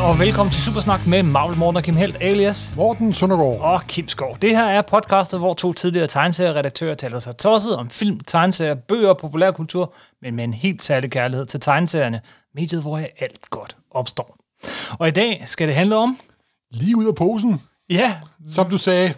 og velkommen til Supersnak med Marvel Morten og Kim Helt alias Morten Søndergaard. og Kim Skov. Det her er podcastet, hvor to tidligere tegneserieredaktører taler sig tosset om film, tegneserier, bøger og populærkultur, men med en helt særlig kærlighed til tegneserierne, mediet, hvor jeg alt godt opstår. Og i dag skal det handle om, Lige ud af posen, ja, som du sagde.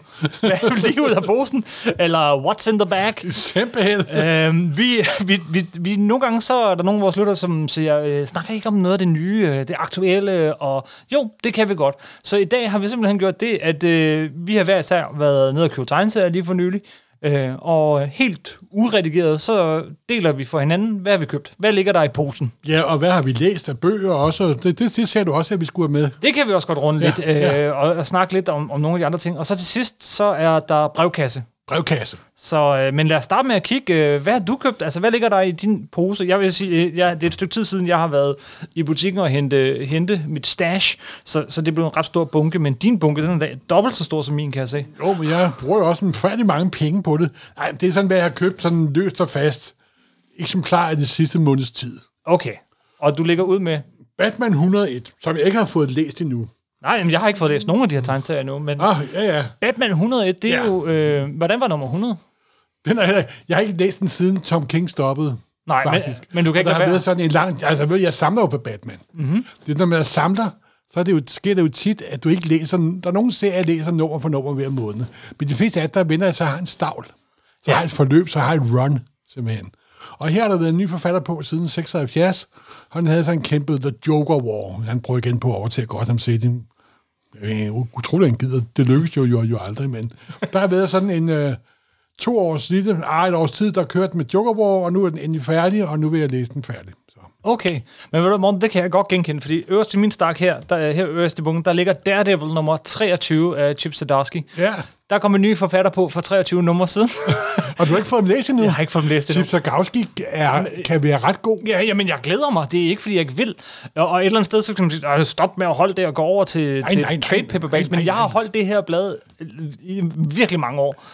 lige ud af posen, eller what's in the bag. Simpelthen. øhm, vi, vi, vi, vi, nogle gange så er der nogle af vores lytter, som siger, øh, snakker I ikke om noget af det nye, øh, det aktuelle, og jo, det kan vi godt. Så i dag har vi simpelthen gjort det, at øh, vi har hver især været nede og købe tegneserier lige for nylig, øh, og helt uredigeret, så deler vi for hinanden, hvad har vi købt, hvad ligger der i posen. Ja, og hvad har vi læst af bøger også? Det, det, det ser du også, at vi skulle have med. Det kan vi også godt runde ja, Ja, lidt, øh, ja. og, og snakke lidt om, om nogle af de andre ting. Og så til sidst, så er der brevkasse. Brevkasse. Så, øh, men lad os starte med at kigge, øh, hvad har du købt? Altså, hvad ligger der i din pose? Jeg vil sige, øh, jeg, det er et stykke tid siden, jeg har været i butikken og hente, hente mit stash, så, så det blev en ret stor bunke, men din bunke, den er da dobbelt så stor som min, kan jeg se. Jo, men jeg bruger jo også en færdig mange penge på det. Nej, det er sådan, hvad jeg har købt sådan løst og fast. Eksemplarer i de sidste måneds tid. Okay, og du ligger ud med... Batman 101, som jeg ikke har fået læst endnu. Nej, men jeg har ikke fået læst nogen af de her tegneserier endnu, men Ah, ja, ja. Batman 101, det er Ja. jo... Øh, hvordan var nummer 100? Den er, heller ikke- jeg har ikke læst den siden Tom King stoppede. Nej, men- faktisk. men du kan Og ikke der lade har være. Mhm. været sådan en lang... Altså, ved du, jeg samler jo på Batman. Mm-hmm. Det, når man samler, så er det jo, sker det jo tit, at du ikke læser... Der er nogle serier, jeg læser nummer for nummer hver måned. Men de fleste af dem, der vender, jeg, så har en stavl. Så Ja. ja. har jeg et forløb, så har jeg et run, simpelthen. Og her har der været en ny forfatter på siden 76. Han havde sådan kæmpet The Joker War. Han prøver igen på at overtage Gotham City. Øh, utrolig, han gider. Det lykkes jo, jo, jo aldrig, men der har været sådan en øh, to års lille, ah, et års tid, der kørte med Jokerborg, og nu er den endelig færdig, og nu vil jeg læse den færdig. Så. Okay, men ved du, Morten, det kan jeg godt genkende, fordi øverst i min stak her, der, her øverst i bunken, der ligger Daredevil nummer 23 af Chip Zdarsky. Ja, Der kom en ny forfatter på for 23 numre siden. og du har ikke fået dem læst endnu? Jeg har ikke fået dem læst endnu. Chip Sagowski er, kan være ret god. Ja, jamen, jeg glæder mig. Det er ikke, fordi jeg ikke vil. Og, og et eller andet sted, så kan man sige, "Ej, stop med at holde det og gå over til, Nej, til nej, nej, trade nej, paperbacks. nej, Men jeg nej. har holdt det her blad øh, i virkelig mange år.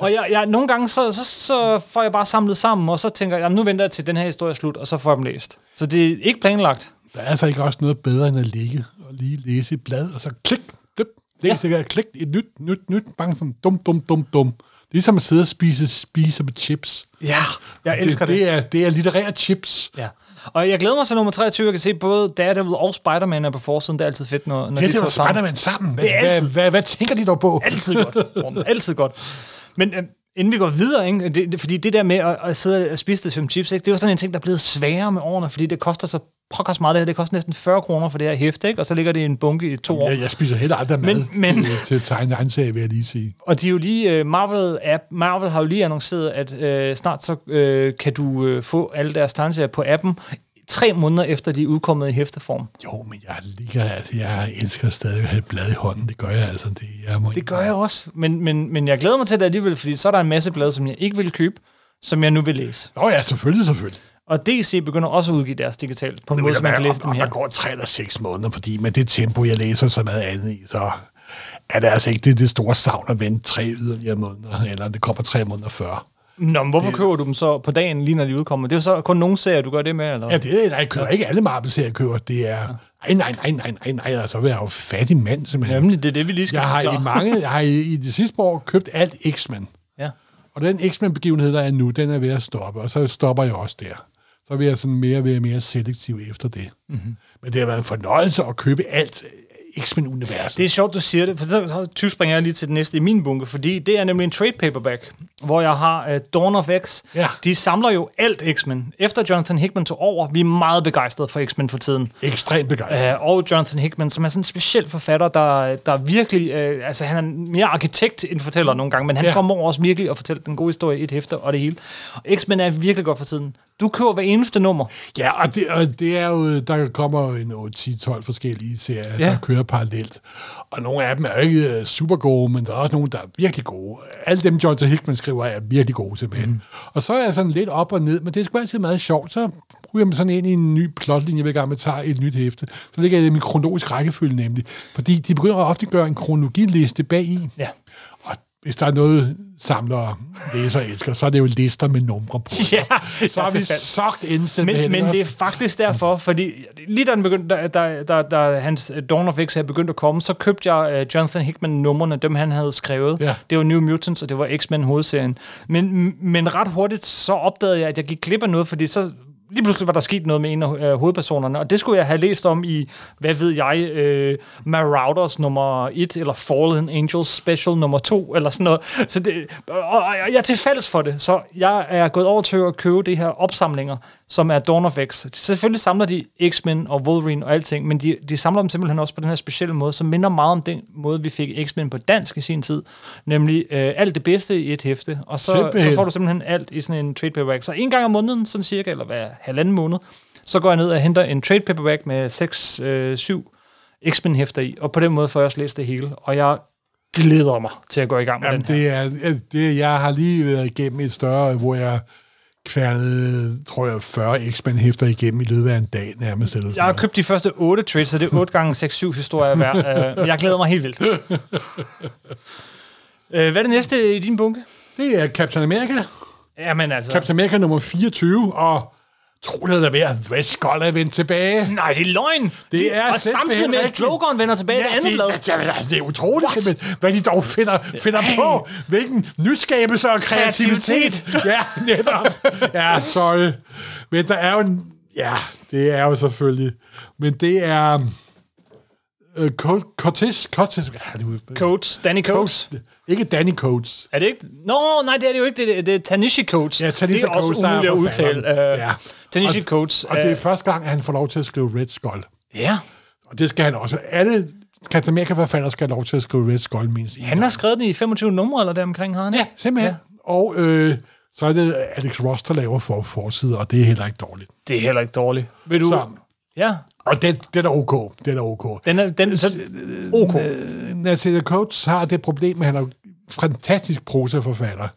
Og jeg, jeg, nogle gange, så, så, så får jeg bare samlet sammen, og så tænker jeg, "Jamen, nu venter jeg til den her historie er slut, og så får jeg dem læst. Så det er ikke planlagt. Der er altså ikke også noget bedre, end at ligge og lige læse et blad, og så klik, dip, læs ja. sikkert, klik, et nyt, nyt, nyt, bang, som dum, dum, dum, dum. Ligesom at sidde og spise, spise med chips. Ja, jeg elsker det. Det er, det er litterære chips. Ja. Og jeg glæder mig til nummer 23. Jeg kan se både Daredevil og Spider-Man er på forsiden. Det er altid fedt, når, når de Ja, det tager var sammen. Spider-Man sammen. Hvad, Det er altid- hvad, hvad, hvad tænker de dog på? Altid godt. Morten. Altid godt. Men øh, inden vi går videre, ikke? Det, det, fordi det der med at, at sidde og spise det som chips, ikke? det er jo sådan en ting, der er blevet sværere med årene, fordi det koster så pokkers meget det her. Det koster næsten 40 kroner for det her hæfte, ikke? og så ligger det i en bunke i to år. Ja, jeg spiser heller aldrig Men- mad men- til, til tegneansager, vil jeg lige sige. Og de er jo lige, øh, Marvel, app, Marvel har jo lige annonceret, at øh, snart så øh, kan du øh, få alle deres tegneserier på appen, tre måneder efter de er udkommet i hæfteform. Jo, men jeg, ligger, altså, jeg elsker stadig at have et blad i hånden. Det gør jeg altså. Det, jeg må Det gør jeg også, men, men, men jeg glæder mig til det alligevel, fordi så er der en masse blade, som jeg ikke vil købe, som jeg nu vil læse. Nå ja, selvfølgelig, selvfølgelig. Og DC begynder også at udgive deres digitalt, på en Nu måde, er så man kan læse der, dem om, der her. går tre eller seks måneder, fordi med det tempo, jeg læser så meget andet i, så er det altså ikke det, det store savn at vente tre yderligere måneder, eller det kommer tre måneder før. Nå, men hvorfor køber du dem så på dagen, lige når de udkommer? Det er jo så kun nogle serier, du gør det med, eller? Ja, det er, nej, jeg køber ikke alle Marvel-serier, jeg køber. Det er, nej, nej, nej, nej, nej, nej, altså, jeg er jo fattig mand, simpelthen. Nemlig, det er det, vi lige skal Jeg har i forklare. mange, jeg har i, i de sidste par år købt alt X-Men. Ja. Og den X-Men-begivenhed, der er nu, den er ved at stoppe, og så stopper jeg også der. Så vil jeg sådan mere være mere selektiv efter det. Mm-hmm. Men det har været en fornøjelse at købe alt X-Men-universet. Det er sjovt, du siger det, for så så tyvspringer jeg lige til det næste i min bunke, fordi det er nemlig en trade paperback, hvor jeg har uh, Dawn of X. Ja. De samler jo alt X-Men. Efter Jonathan Hickman tog over, vi er meget begejstrede for X-Men for tiden. er ekstremt begejstret. Øh, og Jonathan Hickman, som er sådan en speciel forfatter, der, der virkelig, øh, altså han er mere arkitekt end fortæller nogle gange, men han ja. Ja. formår også virkelig at fortælle den gode historie i et hæfte og det hele. Og X-Men er virkelig godt for tiden. Du køber hver eneste nummer. Ja, og det, og det er jo, der kommer jo en 8-10-12 forskellige serier, Ja. ja. der kører parallelt. Og nogle af dem er jo ikke øh, super gode, men der er også nogle, der er virkelig gode. Alle dem, Jonathan Hickman skriver, er virkelig gode simpelthen. Mm. Og så er jeg sådan lidt op og ned, men det er sgu altid meget sjovt. Så ryger man sådan ind i en ny plotlinje, hver gang man tager et nyt hæfte. Så ligger jeg i min kronologisk rækkefølge nemlig. Fordi de begynder at ofte gøre en kronologiliste bagi. Ja. Og hvis der er noget, samlere læser elsker, så er det jo lister med numre på. Ja, så har ja, vi det er sandt. sagt instant Men, hen, men ikke? det er faktisk derfor, fordi lige da, den begyndte, da, da, da, da hans øh, Dawn of X er begyndt at komme, så købte jeg uh, Jonathan Hickman-numrene, dem han havde skrevet. Ja. Det var New Mutants, og det var X-Men hovedserien. Men, men ret hurtigt så opdagede jeg, at jeg gik glip af noget, fordi så lige pludselig var der sket noget med en af øh, hovedpersonerne, og det skulle jeg have læst om i, hvad ved jeg, øh, Marauders nummer 1, eller Fallen Angels Special nummer 2, eller sådan noget. Så det, og, og, og jeg er til fælles for det, så jeg er gået over til at købe de her opsamlinger, som er Dawn of X. Selvfølgelig samler de X-Men og Wolverine og alting, men de, de samler dem simpelthen også på den her specielle måde, som minder meget om den måde, vi fik X-Men på dansk i sin tid, nemlig øh, alt det bedste i et hæfte, og så, så Simpelthen. får du simpelthen alt i sådan en trade paperback. Så en gang om måneden, sådan cirka, eller hver halvanden måned, så går jeg ned og henter en trade paperback med 6-7 øh, syv X-Men-hæfter i, og på den måde får jeg også læst det hele, og jeg glæder mig til at gå i gang med Jamen, den her. det er, det, jeg har lige været igennem et større, hvor jeg kværnede, tror jeg, 40 X-Men-hæfter igennem i løbet af en dag nærmest. Eller Jeg har sådan noget. købt de første 8 trades, så det er 8 gange 6-7 historier hver. Øh, jeg glæder mig helt vildt. Øh, Hvad er det næste i din bunke? Det er Captain America. Jamen altså... Captain America nummer 24, og tro det er værd, Red Skull er vendt tilbage. Nej, det er løgn! Det er og samtidig simpelthen med, at rigtigt. Drogon vender tilbage ja, det andet det, blad. det, altså, det, det er utroligt, What? simpelthen, hvad de dog finder, finder på. Hvilken nyskabelse og kreativitet. ja, netop. Ja, sorry. Men der er jo... en- Ja, det er jo selvfølgelig. Men det er... Uh, Cortez, Cortez, ja, det er, Coates, Danny Coates. ikke Danny Coates. Er det ikke? Nå, nej, det er det jo ikke. Det er, det er Tanishi Coates. Ja, Tanisha det er også Coates, der er umuligt at forfatteren. udtale. Uh, Ja. ja. Tanishi Og- Coates. Og det er øh, første gang, han får lov til at skrive Red Skull. ja. Og det skal han også. Alle Captain America-forfattere skal have lov til at skrive Red Skull mindst en Han har skrevet den i 25 numre, eller deromkring, har han ikke? Simpelthen. Ja. Og øh, så er det Alex Ross, der laver for forsider, og det er heller ikke dårligt. Det er heller ikke dårligt. Vil du? Så, Ja. og den, den er ok. Den er ok. Den er, den, så, Øh, ok. Nathaniel Coates har det problem, at han er jo fantastisk prosaforfatter.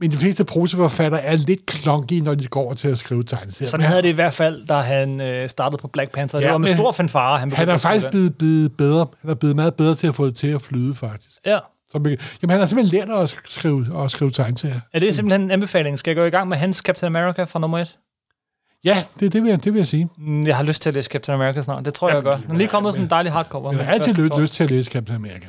Men de fleste prosaforfattere er lidt klonky, når de går over til at skrive tegneserier. Sådan Men havde det i hvert fald, da han øh, startede på Black Panther. Ja, Ja, det var med men- stor fanfare, han han begyndte er at skrive faktisk den. blevet, blevet bedre. Han er blevet meget bedre til at få det til at flyde, faktisk. Ja. Så, man kan- jamen, han har simpelthen lært at skrive, at skrive tegneserier. Er det simpelthen en anbefaling? Skal jeg gå i gang med hans Captain America fra nummer 1? Ja, det, det, vil, jeg, det vil jeg sige. Mm, Jeg har lyst til at læse Captain America snart. Det tror jeg, jeg gør. Den er lige kommet sådan en dejlig hardcover. Jeg med har de første altid lyst, tolv. lyst til at læse Captain America.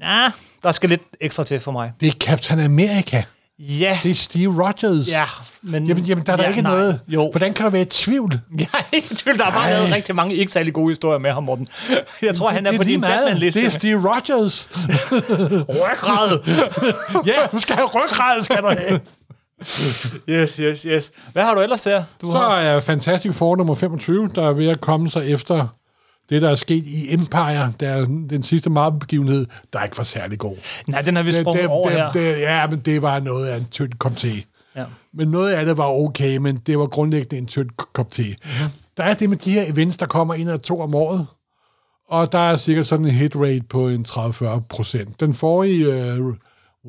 Ja, der skal lidt ekstra til for mig. Det er Captain America. Ja. Det er Steve Rogers. Ja, men... Jamen, jamen der er ja, ja, der ikke nej. noget. Jo, Hvordan kan der være i tvivl? jeg er ikke i tvivl. Der er bare Nej. lavet rigtig mange ikke særlig gode historier med ham, Morten. Jeg tror, han er det på din lige meget. Batman-liste. Det er Steve Rogers. ryggrad. ja, du skal have ryggrad, skal du have. yes, yes, yes. Hvad har du ellers her? Du Så har... er Fantastic Four nummer 25, der er ved at komme sig efter det, der er sket i Empire, der er den sidste Marvel-begivenhed, der ikke var særlig god. Nej, den har vi Det, sprunget det, over her. det, det, ja, men det var noget af en tynd kop te. Ja. Men noget af det var okay, men det var grundlæggende en tynd k- kop te. Mhm. Mm-hmm. Der er det med de her events, der kommer en eller to om året, og der er cirka sådan en hit rate på en 30-40 procent. Den forrige uh,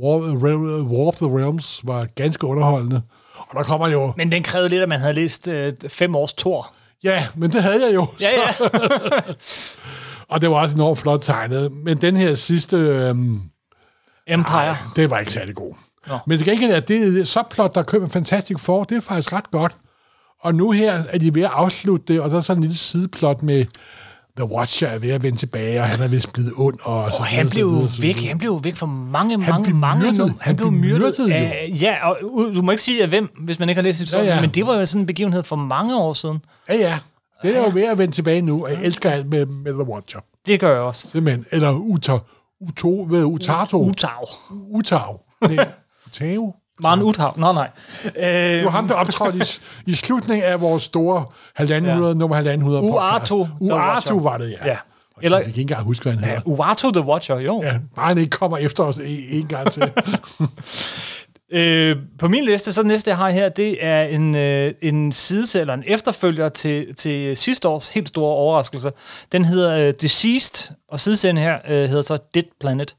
War, Re- War of the Realms var ganske underholdende, og der kommer jo... Men den krævede lidt, at man havde læst øh, fem års tor. Ja, men det havde jeg jo. Ja, ja. Og det var også enormt flot tegnet. Men den her sidste... Øhm, Empire. det var ikke særlig god. Nå. Men til gengæld er det subplot, der køber Fantastic Four, det er faktisk ret godt. Og nu her er de ved at afslutte det, og der er sådan en lille sideplot med The Watcher er ved at vende tilbage, og han er vist blevet ond. Og, Og han altså blev jo væk, han blev jo væk for mange, mange, blev mange myrdet. num- Han blev myrdet, jo. af, ja, og u- du må ikke sige af hvem, hvis man ikke har læst historien, ja, ja. ja. men det var jo sådan en begivenhed for mange år siden. Ja, ja. Det er jo ved at vende tilbage nu, og jeg elsker alt med, med The Watcher. Det gør jeg også. Simpelthen. Eller Uta, Uto, hvad, Utato. Utav. Utau. Nej, Utau. Maren Utav. Nå, nej. Øh, Det var ham, der optrådte i, i slutningen af vores store halvanden hundrede, nummer halvanden hundrede podcast. Uatu, der var Uatu sjov. var det, ja. Ja. Eller, Eller- jeg kan ikke engang huske, hvad han hedder. Øh, Uatu the Watcher, jo. Ja, bare han ikke kommer efter os en, en gang til. Øh, på min liste, så det næste, jeg har her, det er en, øh, en sideserie, eller en efterfølger til, til sidste års helt store overraskelse. Den hedder øh, Deceased, og sideserien her øh, hedder så Dead Planet.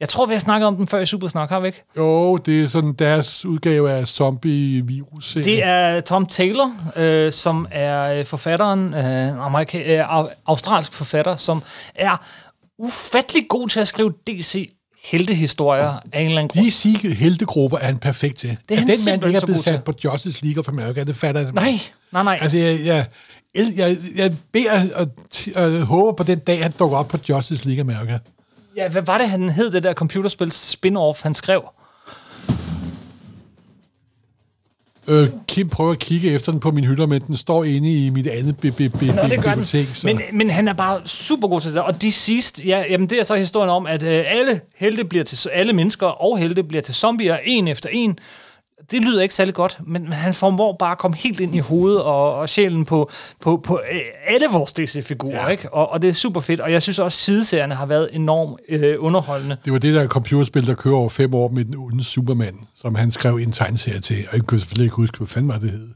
Jeg tror, vi har snakket om den før i Supersnak, har vi ikke? jo, det er sådan deres udgave af zombie-virus. Det er Tom Taylor, øh, som er øh, forfatteren, øh, en amerika- øh, au- australsk forfatter, som er ufattelig god til at skrive DC heltehistorier af en eller anden grund. De sige heltegrupper er han perfekt til. er Det er han at den mand simpelthen ikke er så blevet god til. sat på Justice League of America, det fatter jeg simpelthen Nej, nej, nej. Altså, jeg, jeg, jeg, jeg, jeg beder og, t- og håber på den dag, han dukker op på Justice League America. Ja, hvad var det, han hed, det der computerspil spin-off, han skrev? Øh, Kim prøver at kigge efter den på min hylder, men den står inde i mit andet bi- bi- bi- Nå, det gør bibliotek. den. Så. Men, men han er bare super god til det. der. Og de sidste, ja, jamen det er så historien om, at øh, alle helte bliver til alle mennesker og helte bliver til zombier en efter en. Det lyder ikke særlig godt, men, men han formår bare at komme helt ind i hovedet og, og sjælen på, på, på øh, alle vores DC-figurer, ja. Ja. ikke? Og, og det er super fedt, og jeg synes også, at sideserierne har været enormt øh, underholdende. Det var det der computerspil, der kører over fem år med den onde Superman, som han skrev en tegneserie til, og jeg kunne selvfølgelig ikke huske, hvad fanden var det hed.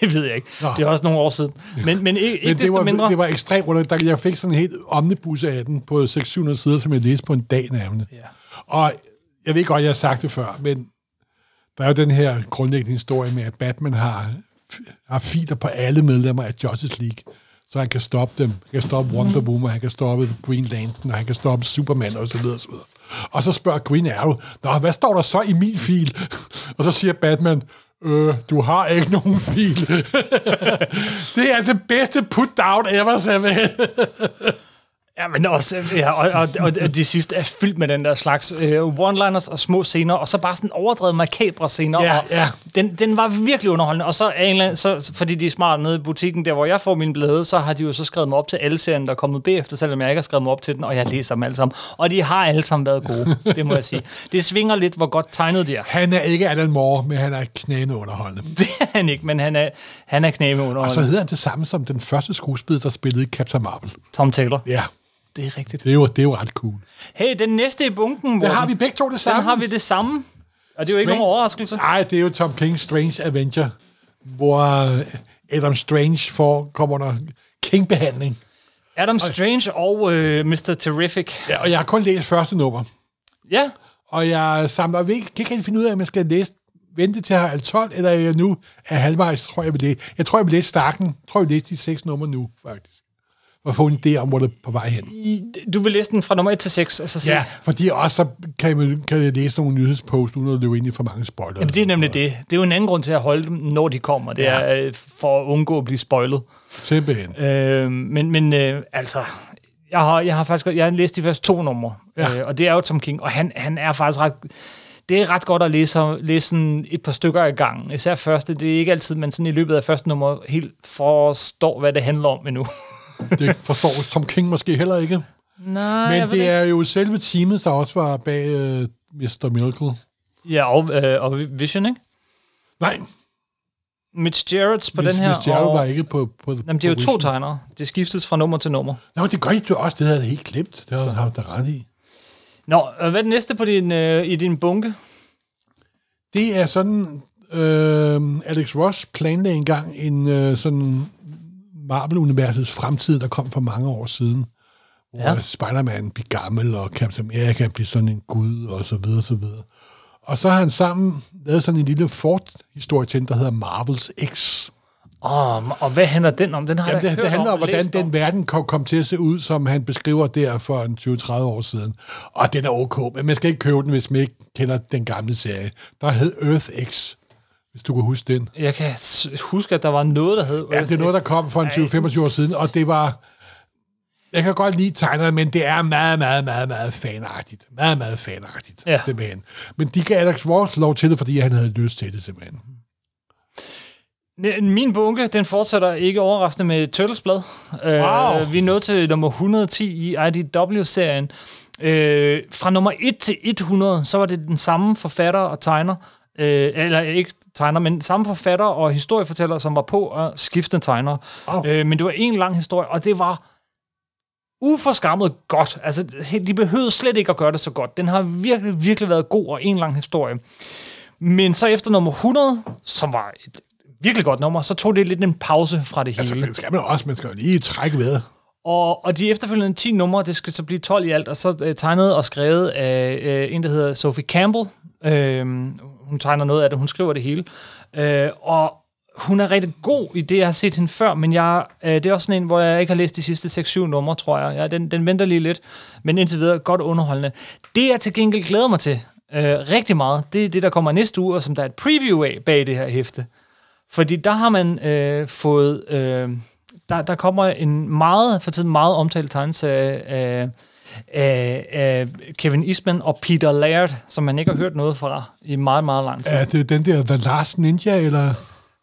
Det ved jeg ikke. Nå. Det er også nogle år siden. Men, men ikke, ikke Men det desto var, mindre... det var ekstremt underligt. Der- Jeg fik sådan en helt omnibus af den på 600 sider, som jeg læste på en dag nærmest. Ja. Og jeg ved godt, jeg har sagt det før, men der er jo den her grundlæggende historie med, at Batman har, har filer på alle medlemmer af Justice League, så han kan stoppe dem. Han kan stoppe Mhm. Wonder Woman, han kan stoppe Green Lantern, og han kan stoppe Superman og så videre, og så videre. Og så spørger Green Arrow, Nå, hvad står der så i min fil? Og så siger Batman, øh, du har ikke nogen fil. det er det bedste put-down ever, Samuel. Ja, men også, ja, og, og, og, og de sidste er fyldt med den der slags øh, one-liners og små scener, og så bare sådan overdrevet makabre scener. Ja, og ja. Den, den var virkelig underholdende, og så, er en eller anden, så fordi de er smart nede i butikken, der hvor jeg får min blade, så har de jo så skrevet mig op til alle serien, der er kommet bagefter, selvom jeg ikke har skrevet mig op til den, og jeg læser dem alle sammen. Og de har alle sammen været gode, det må jeg sige. Det svinger lidt, hvor godt tegnet de er. Han er ikke Alan Moore, men han er knæende underholdende. Det er han ikke, men han er, han er knæme Og så underholdende. hedder han det samme som den første skuespiller, der spillede Captain Marvel. Tom Taylor. Ja, Det er rigtigt. det er jo, det er jo ret cool. Hey, den næste i bunken, Morten, Der har vi begge to det den samme. har vi det samme. Og det er jo ikke Spring. nogen overraskelse. Nej, det er jo Tom King's Strange Adventure, hvor øh, Adam Strange får, kommer under King-behandling. Adam Strange og øh, Mr. Terrific. Ja, og jeg har kun læst første nummer. Ja, Og jeg samler, og jeg kan ikke rigtig finde ud af, om jeg skal læse, vente til her 12, eller jeg nu er halvvejs, tror jeg, jeg vil læse. Jeg tror, jeg vil læse Starken. Jeg tror, jeg vil læse de seks numre nu, faktisk. Og få en idé om, hvor det er på vej hen. I- du vil læse den fra nummer 1 til 6. Altså, se. Ja, fordi også så kan, man, kan jeg læse nogle nyhedspost, uden at løbe ind i for mange spoiler. Jamen, det er nemlig det. Det er jo en anden grund til at holde dem, når de kommer. Det Ja. er øh, for at undgå at blive spoilet. Simpelthen. Øh, men men øh, altså, jeg har, jeg har faktisk godt- jeg har læst de første to numre, ja. Ja. øh, og det er jo Tom King, og han, han er faktisk ret... Det er ret godt at læse, læse sådan et par stykker ad gangen. Især første, det er ikke altid, man sådan i løbet af første nummer helt forstår, hvad det handler om endnu. Det forstår Tom King måske heller ikke. Nej, Men det er jo selve teamet, der også var bag uh, Mr. Miracle. Ja, og, øh, og Vision, ikke? Nej, Mitch Gerrits på Miss, den her. Miss Jarrow og- var ikke på... på Jamen, det er på jo to Wish. tegnere. Det skiftes fra nummer til nummer. Nå, det gør I jo også. Det havde jeg helt glemt. Det har jeg da ret i. Nå, og hvad er det næste på din, øh, i din bunke? Det er sådan... Øh, Alex Ross planlagde engang en øh, sådan Marvel-universets fremtid, der kom for mange år siden. Hvor Ja. ja. Spider-Man blev gammel, og Captain America blev sådan en gud, og så videre, så videre. Og så har han sammen lavet sådan en lille fort-historie til, den, der hedder Marvels X. Oh, og hvad handler den om? Den har Jamen, jeg da det, hørt det handler om, og hvordan læst om. den verden kom, kom til at se ud, som han beskriver der for en 20-30 år siden. Og den er ok, men man skal ikke købe den, hvis man ikke kender den gamle serie. Der hed Earth X, hvis du kan huske den. Jeg kan s- huske, at der var noget, der hed... Ja, det er noget, der kom for en 20-25 år siden, og det var... Jeg kan godt lide tegnerne, men det er meget, meget, meget, meget fanagtigt. Meget, meget fanagtigt, Ja. ja. simpelthen. Men de gav Alex Ross lov til det, fordi han havde lyst til det, simpelthen. Mm. N- Min bunke, den fortsætter ikke overraskende med Turtles blad. Wow. Øh, vi er nået til nummer 110 i IDW-serien. Øh, fra nummer 1 til 100, så var det den samme forfatter og tegner, øh, eller ikke tegner, men samme forfatter og historiefortæller, som var på og skiftende tegner. Wow. Øh, men det var en lang historie, og det var uforskammet godt. Altså, he- de behøvede slet ikke at gøre det så godt. Den har virkelig, virkelig været god og en lang historie. Men så efter nummer 100, som var et virkelig godt nummer, så tog det lidt en pause fra det hele. Altså, det skal man også. Man skal jo lige trække ved. Og, og de efterfølgende 10 numre, det skal så blive 12 i alt, og så øh, tegnet og skrevet af øh, en, der hedder Øhm, Sophie Campbell. Øh, hun tegner noget af det, hun skriver det hele. Øh, og hun er rigtig god i det, jeg har set hende før, men jeg, øh, det er også sådan en, hvor jeg ikke har læst de sidste 6-7 numre, tror jeg. Ja, den, den venter lige lidt, men indtil videre godt underholdende. Det, jeg til gengæld glæder mig til øh, rigtig meget, det er det, der kommer næste uge, og som der er et preview af bag det her hæfte. Fordi der har man øh, fået... Øh, der, der kommer en meget, for tiden meget omtalt tegneserie af, af, af Kevin Eastman og Peter Laird, som man ikke har hørt noget fra i meget, meget lang tid. Er det den der The Last Ninja, eller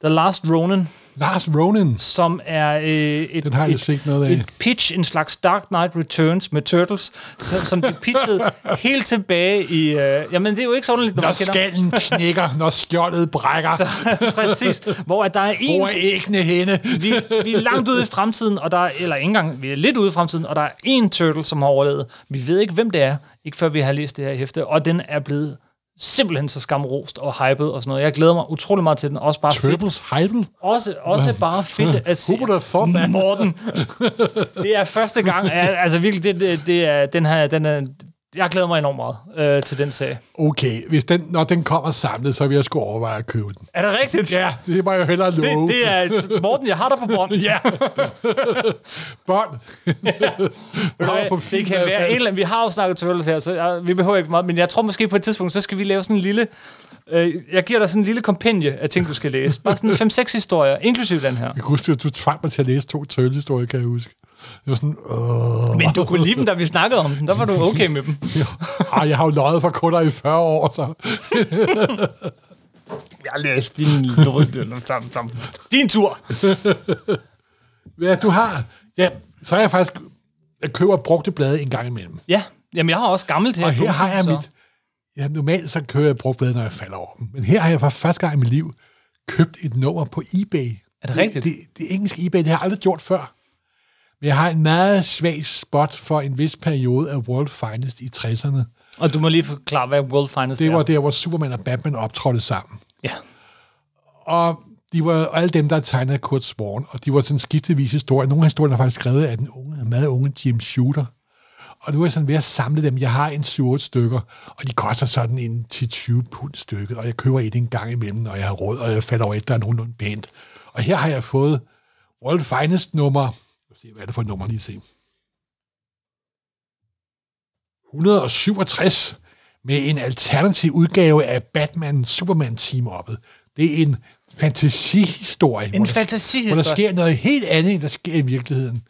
The Last Ronin, Lars Ronin? som er øh, et, Den har jeg et, set noget af. et pitch, en slags Dark Knight Returns med Turtles, så, som de pitchede helt tilbage i... Øh, jamen, det er jo ikke så underligt, når Når man kender... skallen knækker, når skjoldet brækker, Så, så, præcis, hvor at der er en hvor er æggene henne? vi, vi er langt ude i fremtiden, og der er, eller ikke engang, vi er lidt ude i fremtiden, og der er en turtle, som har overlevet. Vi ved ikke, hvem det er, ikke før vi har læst det her hæfte, og den er blevet simpelthen så skamrost og hyped og sådan noget. Jeg glæder mig utrolig meget til den, også bare fedt. Turtles Heidel? Også, også bare fedt at se. Who would have thought that? Morten. Det er første gang, al- altså virkelig, det, det, det er, den her, den er, jeg glæder mig enormt meget øh, til den sag. Mm, Okay, hvis den, når den kommer samlet, så vil jeg sgu overveje at købe den. Er det rigtigt? Ja, det må jeg jo hellere love. Det, det er, Morten, jeg har dig på bånd. Ja. Bånd. Nej, på det film kan i hvert være fald. en eller anden. Vi har jo snakket Turtles her, så jeg, vi behøver ikke meget. Men jeg tror måske på et tidspunkt, så skal vi lave sådan en lille... Øh, jeg giver dig sådan en lille kompendie af ting, du skal læse. Bare sådan 5-6 historier, inklusive den her. Jeg kan huske, at du tvang mig til at læse to tøllehistorier, kan jeg huske. Det var sådan, øh. Men du kunne lide dem, da vi snakkede om dem. Der var du okay med dem. Ej, jeg har jo løjet for kunder i 40 år, så Jeg læste din, din tur. Ja, du har. Ja, så er jeg faktisk... Jeg køber brugte blade en gang imellem. Ja, jamen jeg har også gammelt her. Og her Du, har jeg så- mit... Ja, normalt så kører jeg brugte blade, når jeg falder over dem. Men her har jeg for første gang i mit liv købt et nummer på eBay. Er det rigtigt? Det, det, det engelske eBay, det har jeg aldrig gjort før. Men jeg har en meget svag spot for en vis periode af World Finest i 60'erne. Og du må lige forklare, hvad World Finest Det er. var der, hvor Superman og Batman optrådte sammen. Ja. og de var og alle dem, der er tegnet af Kurt Swan, og de var sådan skiftevis historier. Nogle af historierne er faktisk skrevet af den unge, meget unge Jim Shooter. Og nu er jeg sådan ved at samle dem. Jeg har en 7 stykker, og de koster sådan en 10-20 pund stykket, og jeg køber et en gang imellem, når jeg har råd, og jeg falder over et, der er nogenlunde pænt. Og her har jeg fået World Finest nummer. Lad os se, Hvad er det for et nummer? Lige se. 167 med en alternativ udgave af Batman Superman team oppet. Det er en fantasihistorie, En hvor, der, hvor der fantasihistorie. sker noget helt andet, end der sker i virkeligheden.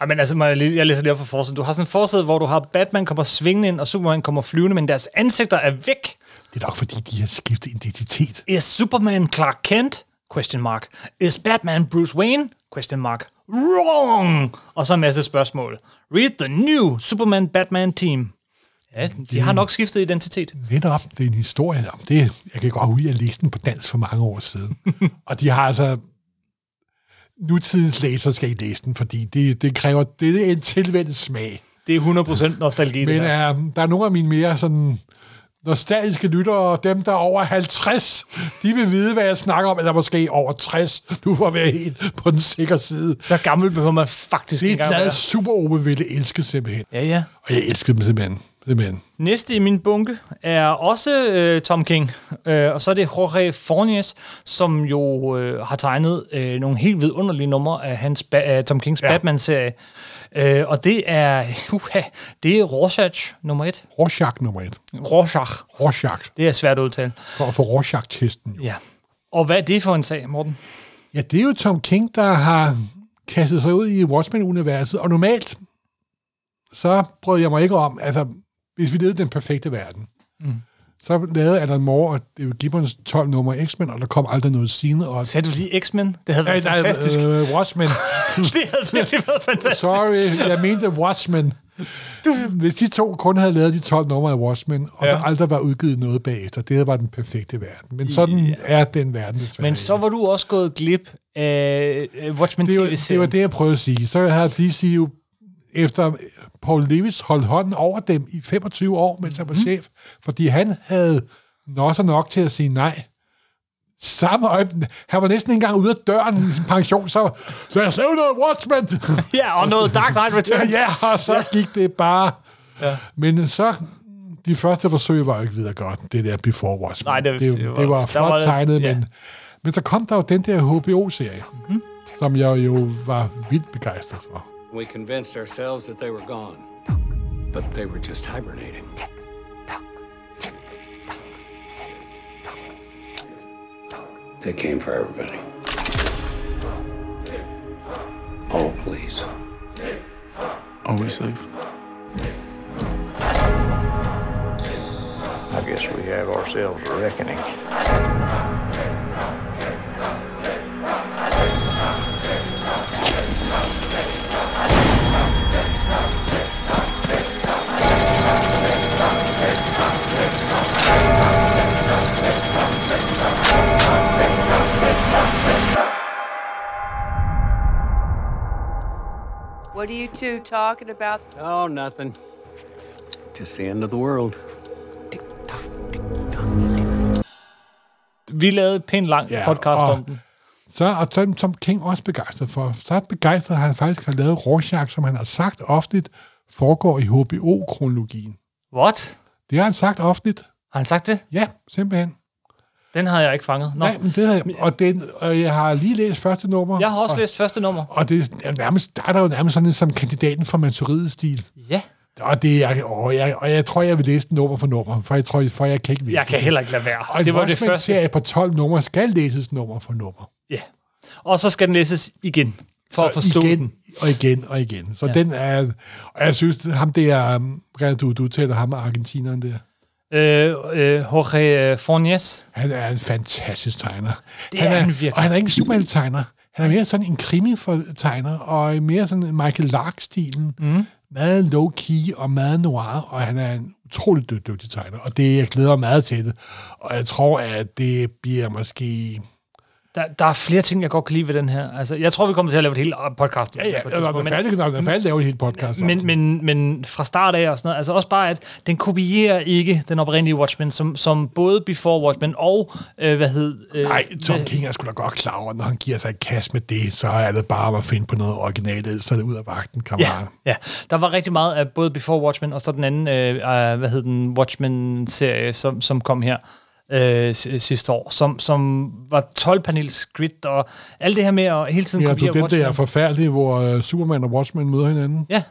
Ej, men altså, må jeg, lige, jeg læser lige op for forsiden. Du har sådan en forside, hvor du har Batman kommer svingende ind, og Superman kommer flyvende, men deres ansigter er væk. Det er nok, fordi de har skiftet identitet. Is Superman Clark Kent? Question mark. Is Batman Bruce Wayne? Question mark. Wrong! Og så en masse spørgsmål. Read the new Superman Batman team. Ja, de har nok skiftet identitet. Lidt op, det er en historie om det. Jeg kan godt ud, jeg læste den på dansk for mange år siden. og de har altså... Nutidens læser skal ikke læse den, fordi det, det kræver det er en tilvendt smag. Det er 100% nostalgi. Men det her. ja. der er nogle af mine mere sådan nostalgiske lyttere, og dem, der er over 50, de vil vide, hvad jeg snakker om, eller måske over 60. Du får være helt på den sikre side. Så gammel behøver man faktisk Det er ikke et engang blad, være. super Ove ville elske simpelthen. Ja, ja. Og jeg elskede dem simpelthen. simpelthen. Næste i min bunke er også øh, Tom King, øh, og så er det Jorge Fornes, som jo øh, har tegnet øh, nogle helt vidunderlige numre af hans ba- af Tom Kings ja. Batman-serie. Øh, og det er, uha, det er Rorschach nummer et. Rorschach nummer et. Rorschach, Rorschach. det er svært at udtale. For at få Rorschach-testen. jo. Ja. Og hvad er det for en sag, Morten? Ja, det er jo Tom King, der har kastet sig ud i Watchmen-universet, og normalt, så brød jeg mig ikke om, altså, hvis vi levede den perfekte verden, mm. så lavede Alan Moore og David Gibbons 12 numre X-Men, og der kom aldrig noget sine, og... Sagde du lige X-Men? Det havde været Nej, nej, fantastisk. Øh, Watchmen. det havde virkelig været fantastisk. Sorry, jeg mente Watchmen. Hvis de to kun havde lavet de 12 numre af Watchmen, og ja. der aldrig var udgivet noget bagefter, det var den perfekte verden. Men sådan ja. er den verden. desværre Men så var du også gået glip af øh, Watchmen det, var, det var TV-serien. det, jeg prøvede at sige. Så har DC jo, efter Paul Lewis holdt hånden over dem i 25 år, mens han var chef, fordi han havde nok og nok til at sige nej. Samme øjeblik, han var næsten ikke engang ude af døren i sin pension, så lad os lave noget Watchmen! Ja, og noget Dark Knight Returns. ja, og så gik det bare. Ja. Men så, de første forsøg var jo ikke videre godt, det der Before Watchmen. Nej, det- det, det var- det var der flot var- tegnet, ja. Mhm. men, Men så kom der jo den der HBO-serie, mm-hmm. som jeg jo var vildt begejstret for. We convinced ourselves that they were gone, but they were just hibernating. They came for everybody. All police. Are we safe? I guess we have ourselves a reckoning. What are you two talking about? Oh, nothing. Just the end of the world. Vi lavede et pænt lang Ja, yeah, podcast og- om den. Så og som, som King også begejstret for. Så begejstret har han faktisk har lavet Rorschach, som han har sagt offentligt, foregår i HBO-kronologien. What? Det har han sagt offentligt. Har han sagt det? Ja, simpelthen. Den havde jeg ikke fanget. Nå. Nej, men det havde, og, det, og jeg har lige læst første nummer. Jeg har også og, læst første nummer. Og det er nærmest, der er der jo nærmest sådan en som kandidaten fra Manchuriet-stil. Ja. Og, det, jeg, og, jeg, og jeg tror, jeg vil læse den nummer for nummer, for jeg tror, for jeg kan ikke Jeg kan heller ikke lade være. og det var det første. serie på 12 numre skal læses nummer for nummer. Ja. Og så skal den læses igen, for så at forstå igen, igen. den. Og igen, og igen. Så ja. den er... Og jeg synes, ham der... um, René, Du, du taler ham og argentineren der. Øh, øh, Jorge øh, Fornes. Han er en fantastisk tegner. Det er han virkelig. Og han er ikke en superhelt-tegner. Han er mere sådan en krimi-tegner, og mere sådan en Michael Lark-stilen. Mm. Meget low-key og meget noir, og han er en utrolig dyg- dygtig tegner, og det jeg glæder mig meget til det. Og jeg tror, at det bliver måske... Der, der er flere ting, jeg godt kan lide ved den her. Altså, jeg tror, vi kommer til at lave et helt podcast. Ja, ja, på et når tidspunkt, der men- faldt, når der faldt lave en hel podcast. om men, det. men, men fra start af og sådan noget, altså også bare, at den kopierer ikke den oprindelige Watchmen, som, som både Before Watchmen og, øh, hvad hed... Øh, Nej, Tom hvad- King er sgu da godt klar over, når han giver sig et kast med det, så er det bare om at finde på noget originalt, ellers så er det ud af vagten, Ja, kammerat. ja, der var rigtig meget af både Before Watchmen og så den anden, øh, øh, hvad hed den, Watchmen-serie, som, som kom her øh, si- sidste år, som, som var 12-panels grid, og alt det her med at hele tiden Ja. kopiere du, den der Watchmen. forfærdelige, hvor uh, Superman og Watchmen møder hinanden, Ja,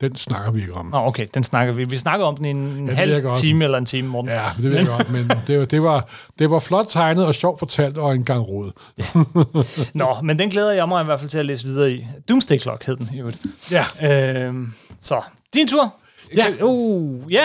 den snakker vi ikke om. Nå, okay, den snakker vi. Vi snakker om den i en det ved jeg halv godt. time eller en time, Morten. Ja, det ved jeg godt, men det, var- det, var, det var flot tegnet og sjovt fortalt og en gang rod. Nå, men den glæder jeg mig i hvert fald til at læse videre i. Doomsday Clock hed den, i øvrigt. Ja. Øhm, så, din tur. Ja. Kan, uh, ja.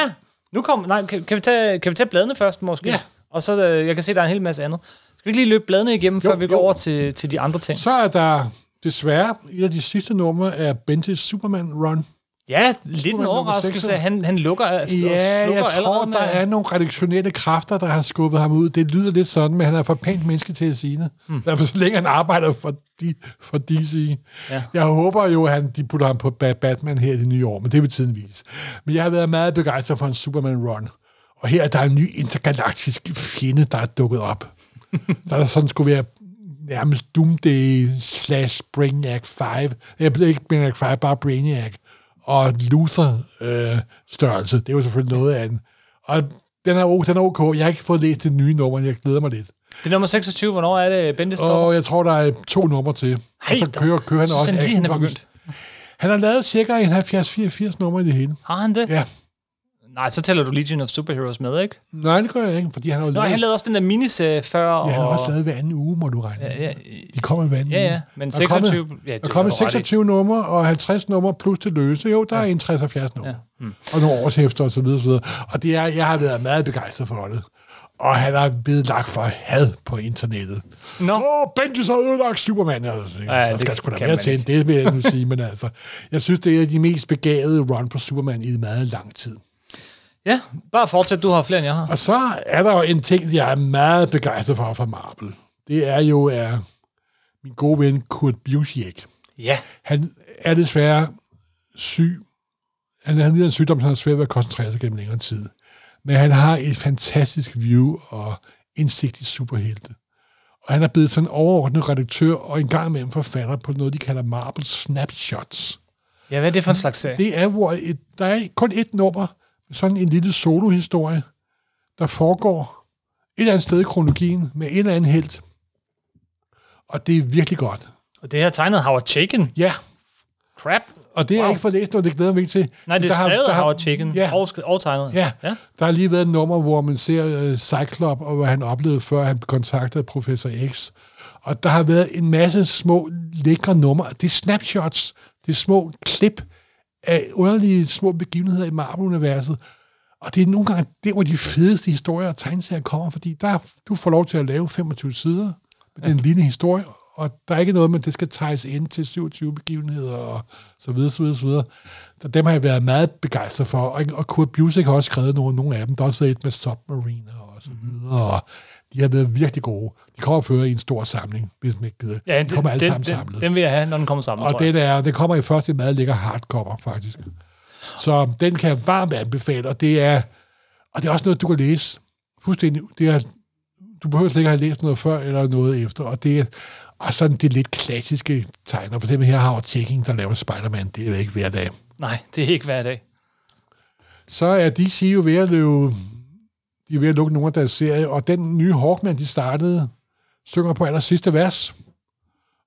Nu kom, nej, kan, kan, vi tage, kan vi tage bladene først, måske? Ja. Og så, øh, jeg kan se, der er en hel masse andet. Skal vi ikke lige løbe bladene igennem, jo, før vi går jo. over til, til de andre ting? Så er der desværre et af de sidste numre af Bentes Superman Run. Ja, lidt en nummer overraskelse. seks. Han, han lukker, altså, Ja, slukker jeg tror, allerede der er nogle redaktionelle kræfter, der har skubbet ham ud. Det lyder lidt sådan, men han er for pænt menneske til at sige det. Hmm. Mm. Derfor så længe han arbejder for, de, for DC. Ja. Jeg håber jo, at han, de putter ham på Ba- Batman her i det nye år, men det vil tiden vise. Men jeg har været meget begejstret for en Superman-run. Og her er der en ny intergalaktisk fjende, der er dukket op. der er sådan skulle være nærmest Doomday slash Brainiac 5. Jeg blev ikke Brainiac 5, bare Brainiac. Og Luther-størrelse. Øh, størrelse. det er jo selvfølgelig noget af den. Og den er, o- den er okay. Jeg har ikke fået læst det nye nummer, jeg glæder mig lidt. Det er nummer 26. Hvornår er det, Bente står? Og jeg tror, der er to numre til. og så der- kører, kører han synes også. han lige, han er action comics. begyndt. Han har lavet cirka en 70-84 nummer i det hele. Har han det? Ja. Nej, så tæller du Legion of Superheroes med, ikke? Nej, det gør jeg ikke, fordi han har jo Nå, lavet... han lavede også den der miniserie før. Ja, han har og... også lavet hver anden uge, må du regne. Ja, ja, De kommer hver anden Ja, uge. ja, men Der er kommet- 26 ja, det der har er kommet du ret i. 26 numre og 50 numre plus det løse. Jo, der er 61 og 70 numre. mm. Og nogle årshæfter og så videre, og så videre. Og det er, jeg har været meget begejstret for det. Og han er blevet lagt for had på internettet. Nå. Åh, Benji så ødelagt Superman. Altså, ja, der det skal sgu da kan mere man til, end ikke. det vil jeg nu sige. Men altså, jeg synes, det er de mest begavede run på Superman i meget lang tid. Ja, bare fortsæt. Du har flere, end jeg har. Og så er der jo en ting, jeg er meget begejstret for fra Marvel. Det er jo af min gode ven Kurt Busiek. Ja. Han er desværre syg. Han har lider af en sygdom, så han er svært ved at koncentrere sig gennem længere tid. Men han har et fantastisk view og indsigt i superhelte. Og han er blevet sådan overordnet redaktør og en gang imellem forfatter på noget, de kalder Marvel Snapshots. Ja, hvad er det for en slags serie? Det er, hvor et, der er kun et nummer, sådan en lille solohistorie, der foregår et eller andet sted i kronologien med en eller anden helt. og det er virkelig godt. Og det her tegnet Howard Chaykin. Ja, Crap. og det er wow. ikke for læst, og det glæder jeg mig ikke til. Nej, det Der er har- skrevet der af har- Howard Chaykin. Ja, Og, sk- og tegnet. Ja. ja. ja, der har lige været et nummer, hvor man ser øh, Cyclop, og hvad han oplevede, før han kontaktede Professor X. Og der har været en masse små, lækre numre. Det er snapshots, det er små klip af underlige små begivenheder i Marvel-universet. Og det er nogle gange der, hvor de fedeste historier og tegneserier kommer, fordi der, du får lov til at lave 25 sider med ja. den lille historie, og der er ikke noget med, at det skal tejes ind til 27 begivenheder og så videre, så videre, så videre. Så dem har jeg været meget begejstret for, og, og Kurt Busiek har også skrevet nogle, nogle af dem. Der har også været et med Submariner og så Mhm. videre, og de har været virkelig gode. De kommer før i en stor samling, hvis man ikke gider. ja de kommer alle den, sammen samlet. den, den, vil jeg have, når den kommer sammen, Og tror jeg. den, er, den kommer i første meget lækker hardcover, faktisk. Så den kan jeg varmt anbefale, og det er, og det er også noget, du kan læse. Fuldstændig, det er, du behøver slet ikke at have læst noget før eller noget efter, og det er og sådan det lidt klassiske tegner. For eksempel her har jeg Taking, der laver Spider-Man. Det er jo ikke hver dag. Nej, det er ikke hver dag. Så er DC jo ved at løbe, de er ved at lukke nogle af deres serier, og den nye Hawkman, de startede, synger på aller sidste vers.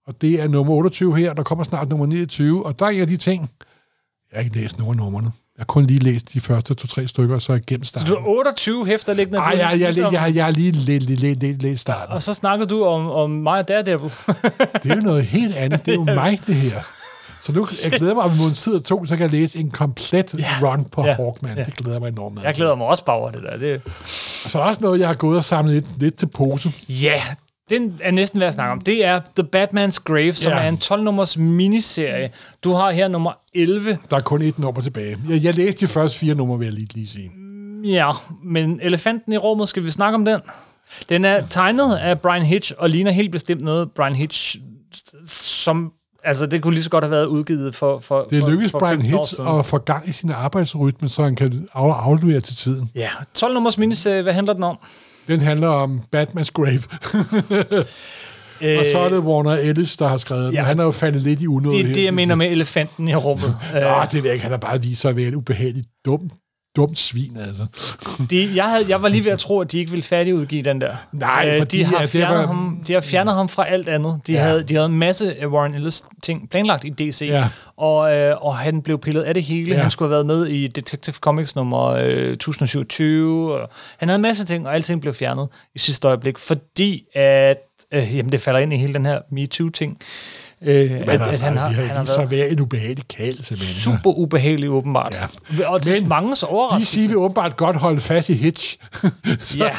Og det er nummer 28 her, og der kommer snart nummer 29, og der er en af de ting, jeg har ikke læst nogen af numrene. Jeg har kun lige læst de første to-tre stykker, og så er jeg gennem Så starten. du har 28 hæfter liggende. Ej, du- jeg, jeg, jeg, ligesom- jeg, jeg har lige lidt, lidt, lidt, lidt, lidt starten. Og så snakker du om, om mig og Daredevil. Det er jo noget helt andet. Det er jo mig, det her. Så nu, jeg glæder mig, om en måned tid og to, så kan jeg læse en komplet run på ja, Hawkman. ja. Det glæder jeg mig enormt meget. jeg til. glæder mig også bare over det der. Det, Og så er der også noget, jeg har gået og samlet lidt, lidt til pose. Ja, den er næsten værd at snakke om. Det er The Batman's Grave, som Ja. er en 12-nummers miniserie. Du har her nummer 11. Der er kun et nummer tilbage. Jeg, jeg læste de første fire numre, vil jeg lige, lige sige. Mm. Ja, men Elefanten i rummet, skal vi snakke om den? Den er tegnet af Brian Hitch, og ligner helt bestemt noget, Brian Hitch, som... Altså, det kunne lige så godt have været udgivet for... for Det for, lykkedes for Brian 15 år Hitz siden. at få gang i sin arbejdsrytme, så han kan af- aflevere til tiden. Ja, 12-nummers miniserie, hvad handler den om? Den handler om Batman's Grave. og så er Øh, det Warner Ellis, der har skrevet den. ja. Ja. Han er jo faldet lidt i unåde Det er her. det, jeg mener med elefanten i rummet. Øh, Nå, det ved jeg ikke. Han har bare vist sig at være et ubehageligt dumt dumt svin, altså. De, jeg, havde, jeg var lige ved at tro, at de ikke ville færdigudgive den der. Øh, Nej, fordi de har, at det fjernet var- ham, de har fjernet ham fra alt andet. De, ja. Ja. havde, de havde en masse af Warren Ellis ting planlagt i DC, Ja. og, øh, og han blev pillet af det hele. Ja. Ja. Han skulle have været med i Detective Comics nummer øh, 1027. Og han havde en masse ting, og alting blev fjernet i sidste øjeblik, fordi at øh, jamen, det falder ind i hele den her MeToo-ting. Øh, at, at han har, de har, han har vist sig været at være et ubehageligt kald, simpelthen. super ubehagelig åbenbart. Ja. Og til Men manges De overraskelse. siger, vi åbenbart godt holde fast i Hitch. så Ja.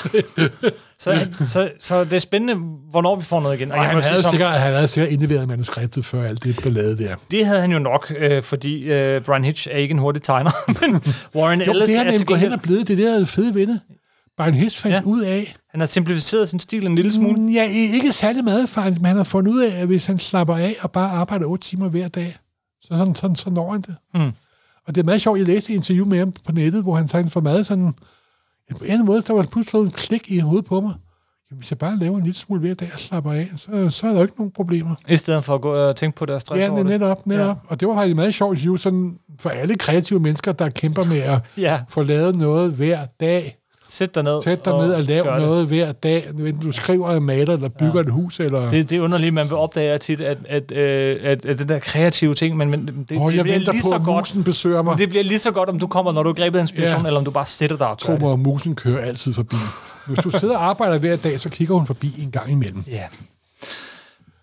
Så, så, så det er spændende, hvornår vi får noget igen. Og jeg han må sige havde, som- sikkert, han havde sikkert indleveret manuskriptet før alt det ballade der. Det havde han jo nok, øh, fordi øh, Brian Hitch er ikke en hurtig tegner. Men Warren Jo, Ellis det er er nemlig til gået hen gengæld, og blevet det der fede vinde. Brian Hitch fandt Ja. ja. ud af, han har simplificeret sin stil en lille smule. mm, ja, i- ikke særlig meget faktisk, men han har fundet ud af, at hvis han slapper af og bare arbejder 8 timer hver dag, så, sådan, sådan, så når han det. Mm. Og det er meget sjovt, jeg læste et interview med ham på nettet, hvor han sagde, for meget sådan, ja, på en eller anden måde, der var pludselig sådan en klik i hovedet på mig. Jamen, hvis jeg bare laver en lille smule hver dag og slapper af, så, så er der jo ikke nogen problemer. I stedet for at gå og tænke på det og stresse Ja, over det. netop, netop. Ja. Ja. Og det var faktisk et meget sjovt interview, sådan for alle kreative mennesker, der kæmper med at Ja, få lavet noget hver dag. sæt dig ned. Sæt dig ned og lav gør det. noget hver dag. Enten Du skriver og maler, eller bygger ja. et hus, eller... Det, Det, det er underligt, man vil opdage tit, at, at, at, at, at den der kreative ting, men, men det, det Åh, jeg bliver venter lige på, så at godt. musen besøger mig. Det, Det bliver lige så godt, om du kommer, når du er grebet af inspiration, Ja. eller om du bare sætter dig og gør Tro det. mig, musen kører altid forbi. Hvis du sidder og arbejder hver dag, så kigger hun forbi en gang imellem. Ja.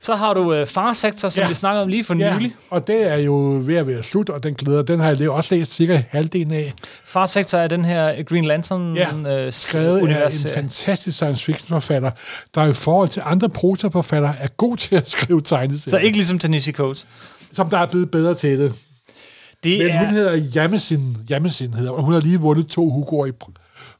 Så har du øh, Farsektor, som ja. Ja. vi snakkede om lige for Ja, nylig. og det er jo ved at være slut, og den glæder, den har jeg også læst cirka halvdelen af. Farsektor er den her Green Lantern Ja, øh, s- skrevet af en universserie. fantastisk science fiction forfatter, der i forhold til andre prosa-forfattere er god til at skrive tegneserier. Så ikke ligesom Tanishi Coates. Som der er blevet bedre til det. Det Men er, hun hedder Jammesin, Jammesin hedder hun, og hun har lige vundet to Hugo'er i... pr-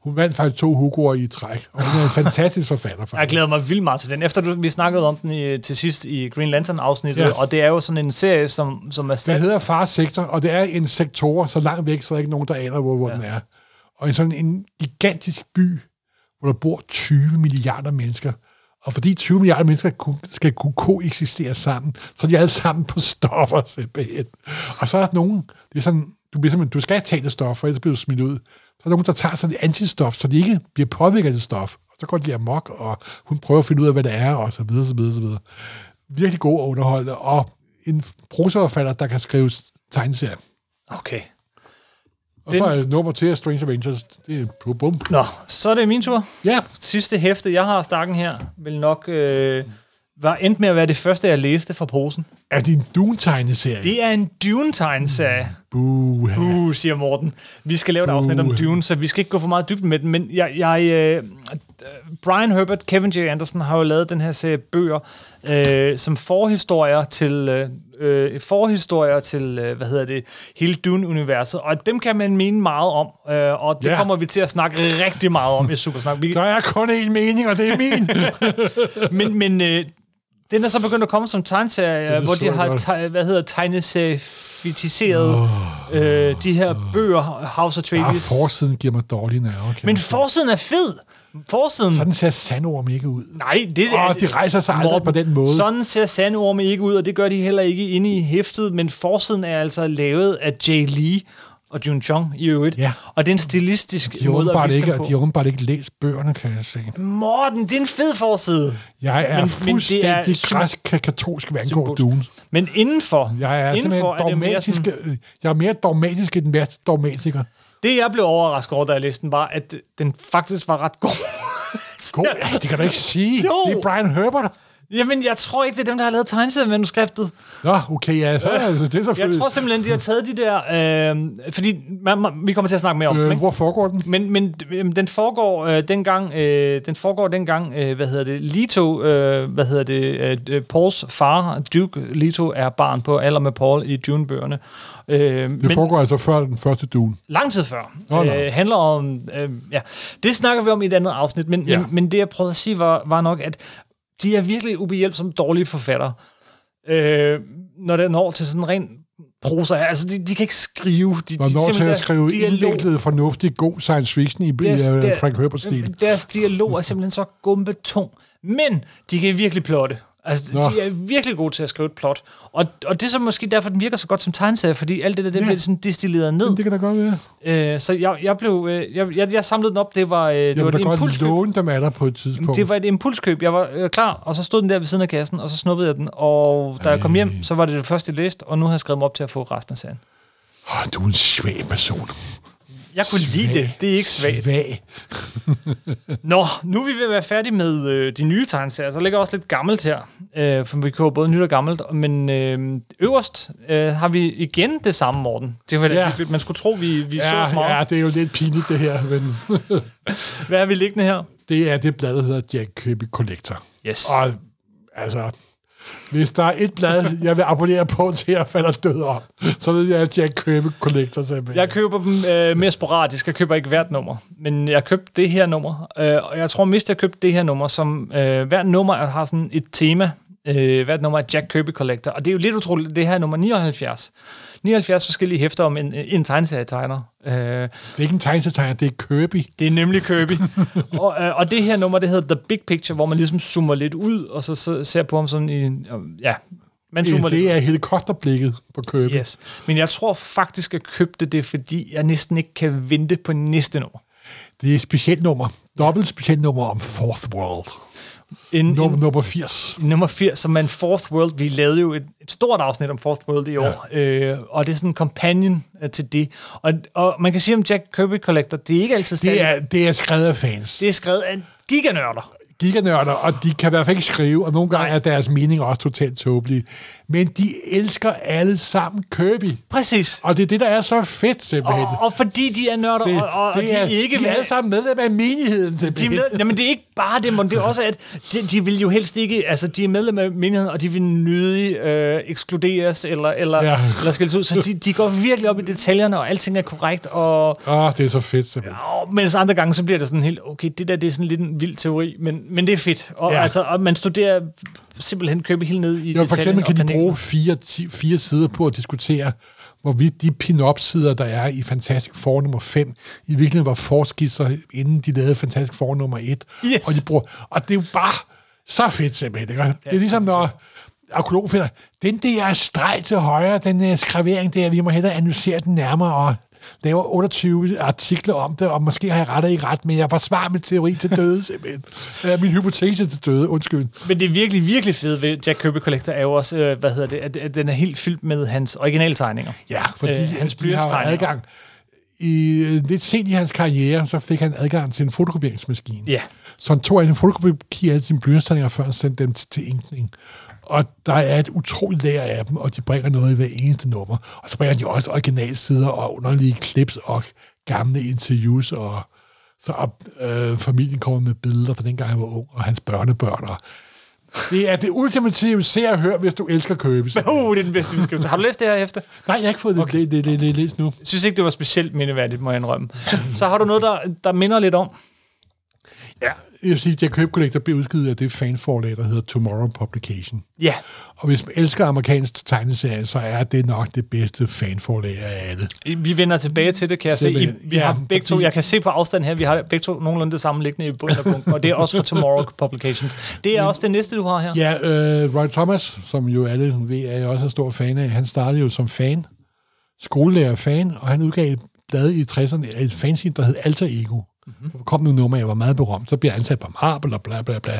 Hun vandt faktisk to Hugo'er i træk, og hun er en fantastisk forfatter. jeg Faktisk. glæder mig vildt meget til den. Efter du, vi snakkede om den i, til sidst i Green Lantern-afsnittet, ja. Ja. og det er jo sådan en serie, som, som er Den sat... Altså, hedder Fars Sektor, og det er en sektor, så langt væk, så er der ikke nogen, der aner, hvor, hvor ja. den er. Og en sådan en gigantisk by, hvor der bor 20 milliarder mennesker. Og fordi 20 milliarder mennesker kun- skal kunne koexistere sammen, så er de alle sammen på stoffer simpelthen. Og så er der nogen, det er sådan, du, bliver simpelthen, du skal tage det stof, for ellers bliver du smidt ud. Så er der nogen, der tager sådan et antistof, så de ikke bliver påvirket af det stof. Og så går de amok, og hun prøver at finde ud af, hvad det er, og så videre, så videre, så videre. virkelig god og underholdende, og en prosaforfatter, der kan skrive s- tegneserier. Okay. Og Den- så er nummer til Strange Avengers. Det er bum, bum. Nå, så er det min tur. Ja, Sidste hæfte, jeg har af stakken her, vil nok øh, var endt med at være det første, jeg læste fra posen. er det en Dune-tegneserie? Det er en Dune-tegnserie. Buh. Uh, siger Morten. Vi skal lave et afsnit Uh. om Dune, så vi skal ikke gå for meget dybt med den, men jeg, jeg, øh, Brian Herbert, Kevin J. Anderson har jo lavet den her serie bøger øh, som forhistorier til øh, øh, forhistorier til øh, hvad hedder det hele Dune-universet, og dem kan man mene meget om, øh, og det Ja. yeah. kommer vi til at snakke rigtig meget om i Supersnak. Vi, Der er kun én mening, og det er min. men men øh, den er så begyndt at komme som tegneserie, det hvor så de jeg har godt. teg- hvad hedder tegneserieficeret oh. øh, de her bøger, House of Ah, Atreides. forsiden giver mig dårlige nerver. kan Men man sige. forsiden er fed. Forsiden... Sådan ser sandorm ikke ud. Nej, det Åh, de rejser sig aldrig på den måde. Sådan ser sandorme ikke ud, og det gør de heller ikke inde i hæftet, men forsiden er altså lavet af Jay Lee og Jun Chong i øvrigt. Ja. Og det er en stilistisk De har måde at åbenbart vise ikke, dem på. de har åbenbart ikke læst bøgerne, kan jeg se. Morten, det er en fed forside. Jeg Men- er men det er men, fuldstændig men symb- græsk katolsk hvad angår symbolsk. Dune. Men indenfor, Jeg er indenfor simpelthen det mere dogmatisk, sådan- øh, jeg er mere dogmatisk end den værste dogmatiker. Det, jeg blev overrasket over, da jeg læste den, var, at den faktisk var ret god. God, ja, det kan du ikke sige. Jo. Det er Brian Herbert. Jamen, jeg tror ikke, det er dem, der har lavet tegneseriemanuskriptet. Nå, okay, ja, så er det, det er Jeg selvfølgelig... tror simpelthen, de har taget de der... Øh, fordi man, man, vi kommer til at snakke mere om øh, dem, øh, ikke? hvor foregår den? Men, men øhm, den foregår øh, dengang, øh, den foregår dengang øh, hvad hedder det, Lito, øh, hvad hedder det, øh, øh, Pauls far, Duke Lito, er barn på alder med Paul i Dune-bøgerne. Øh, Det men foregår altså før den første Dune. lang tid før. Nå, nå. øh, handler om, øh, ja, det snakker vi om i et andet afsnit, men, Ja. ja. men, men det jeg prøvede at sige var, var nok, at de er virkelig ubehjælpsomme dårlige forfattere, øh, når det når til sådan ren prosa. Altså, de, de kan ikke skrive. De, Når de, når til simpelthen at deres skrive dialog- indviklet, fornuftig, god science fiction i deres, øh, der- Frank Herberts stil. Deres dialog er simpelthen så gumbetung. Men de kan virkelig plotte. Altså, Nå. Nå. de er virkelig gode til at skrive et plot. Og, og det er så måske derfor, den virker så godt som tegneserie, fordi alt det der, det Ja. bliver sådan destilleret ned. Det kan da godt være. Øh, så jeg, jeg blev... Øh, jeg, jeg, jeg samlede den op, det var, øh, det Jeg var vil et da godt impulskøb. låne dem af dig på et tidspunkt. Det var et impulskøb. Jeg var øh, klar, og så stod den der ved siden af kassen, og så snuppede jeg den. Og da jeg kom hjem, så var det det første, jeg læste, og nu har jeg skrevet mig op til at få resten af serien. Åh, du er en svag person. Jeg kunne lide det. Det er ikke svagt. Svag. Nå, nu er vi ved at være færdige med øh, de nye tegneserier. Så ligger også lidt gammelt her, øh, for vi køber både nyt og gammelt. Men øh, øverst øh, har vi igen det samme, Morten. Det var Ja. ja. Man skulle tro, vi, vi ja, så os Ja, meget. ja, Ja. det er jo lidt pinligt det her, men Hvad er vi liggende her? det er det blad, der hedder Jack Kirby Collector. Yes. Og altså, hvis der er et blad, jeg vil abonnere på til jeg falder død om, så ved jeg, at Jack Kirby Collector simpelthen. Jeg køber dem øh, mere sporadisk. Jeg køber ikke hvert nummer. Men jeg købte det her nummer. Øh, og jeg tror mest, jeg købte det her nummer, som øh, hvert nummer har sådan et tema. Øh, hvert nummer er Jack Kirby Collector. Og det er jo lidt utroligt, det her er nummer 79. 79 forskellige hæfter om en, en tegneserietegner. Øh, Det er ikke en tegnetegner, det er Kirby. det er nemlig Kirby. og, øh, og det her nummer, det hedder The Big Picture, hvor man ligesom zoomer lidt ud, og så, så ser på ham sådan i... en- Ja, man zoomer lidt ud. Det er helikopterblikket på Kirby. Yes. Men jeg tror faktisk, jeg købte det, fordi jeg næsten ikke kan vente på næste nummer. Det er et specielt nummer. Dobbelt specielt nummer om Fourth World. En, Num- en, nummer 80. nummer 80, som er en Fourth World. Vi lavede jo et, et stort afsnit om Fourth World i år, ja. øh, og det er sådan en companion øh, til det. Og, og man kan sige om Jack Kirby Collector, det er ikke altid særlig... Det er, det er skrevet af fans. det er skrevet af giganørder. giganørder, og de kan i hvert fald ikke skrive, og nogle gange Nej. er deres mening også totalt tåbelige. Men de elsker alle sammen Kirby. Præcis. Og det er det, der er så fedt, simpelthen. Og, og fordi de er nørder, det, og, og, og de er, ikke de vil er alle have- sammen medlem af menigheden, de er simpelthen. med, jamen, det er ikke bare det, men det er også, at de, de vil jo helst ikke... Altså, de er medlem af menigheden, og de vil nødig øh, ekskluderes eller, eller, Ja. ja. eller skilles ud. Så de, de går virkelig op i detaljerne, og alting er korrekt, og... Åh, oh, det er så fedt, simpelthen. Og, mens andre gange, så bliver det sådan helt, okay, det der, det er sådan lidt en vild teori, men, men det er fedt. Og, Ja. ja. altså, og man studerer simpelthen købe helt ned i Jo, for detaljen eksempel kan og de planeten. bruge fire, ti, fire sider på at diskutere, hvorvidt de pin-up-sider, der er i Fantastic Four nummer 5, i virkeligheden var forskisser, inden de lavede Fantastic Four nummer 1. Yes. Og, de bruger, og det er jo bare så fedt simpelthen. Ikke? Det er ligesom, når arkeologen finder, den der streg til højre, den øh, skravering der, vi må hellere analysere den nærmere, og laver 28 artikler om det, og måske har jeg ret og ikke ret, men jeg forsvarer min teori til døde simpelthen. Øh, min hypotese til døde, undskyld. Men det virkelig, virkelig fede ved Jack Kirby Collector er jo også, øh, hvad hedder det, at, at den er helt fyldt med hans originaltegninger. Ja, fordi Øh, øh, hans hans de har jo blyantstegninger. adgang. I, øh, lidt sent i hans karriere, så fik han adgang til en fotokopieringsmaskine. Ja. Så han tog altså en fotokopi af alle sine blyantstegninger, før han sendte dem til, til inkning. Og der er et utroligt lager af dem, og de bringer noget i hver eneste nummer. Og så bringer de også originalsider og underlige clips og gamle interviews. Og så op, øh, familien kommer med billeder fra dengang, han var ung, og hans børnebørn. Og det er det ultimative se og hør, hvis du elsker købes. Uh, det er den bedste beskrivelse. Har du læst det her efter? Nej, jeg har ikke fået det, okay. det, det, det, det læst nu. Jeg synes ikke, det var specielt mindeværdigt, må jeg indrømme. Så har du noget, der, der minder lidt om? Ja. Jeg vil sige, at Jack Kirby Collector blev udgivet af det fanforlag, der hedder Tomorrow Publication. Ja. Og hvis man elsker amerikansk tegneserie, så er det nok det bedste fanforlag af alle. Vi vender tilbage til det, kan jeg se. I, Simpelthen. vi har Ja, begge to, fordi- jeg kan se på afstand her, vi har begge to nogenlunde det samme liggende i bund og punkt, og det er også for Tomorrow Publications. Det er også det næste, du har her. Ja, øh, Roy Thomas, som jo alle ved, er jeg også en stor fan af, han startede jo som fan, skolelærer-fan, og han udgav et blad i 60'erne, et fanzine, der hed Alter Ego. Mm-hmm. Der kom nogle numre, jeg var meget berømt. Så blev jeg ansat på Marble og bla bla bla.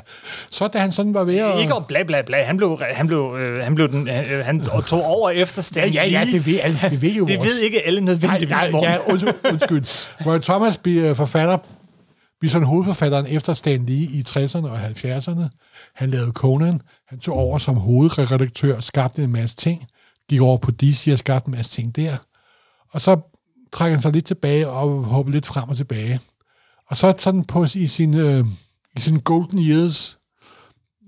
Så da han sådan var ved at... Ikke og bla bla bla, han blev, han blev, øh, han blev den, øh, han tog over efter Ja, Stan ja, ja, Lee. det ved, alle, det ved jo det vores- ved ikke alle nødvendigvis, Nej, nej, Morten. ja, undskyld. undskyld. Roy Thomas bliver øh, forfatter, bliver sådan hovedforfatteren efter Stan Lee i 60'erne og 70'erne. Han lavede Conan, han tog over som hovedredaktør, skabte en masse ting, gik over på DC og skabte en masse ting der. Og så trækker han sig lidt tilbage og hopper lidt frem og tilbage. Og så sådan på i sin, øh, i sin golden years,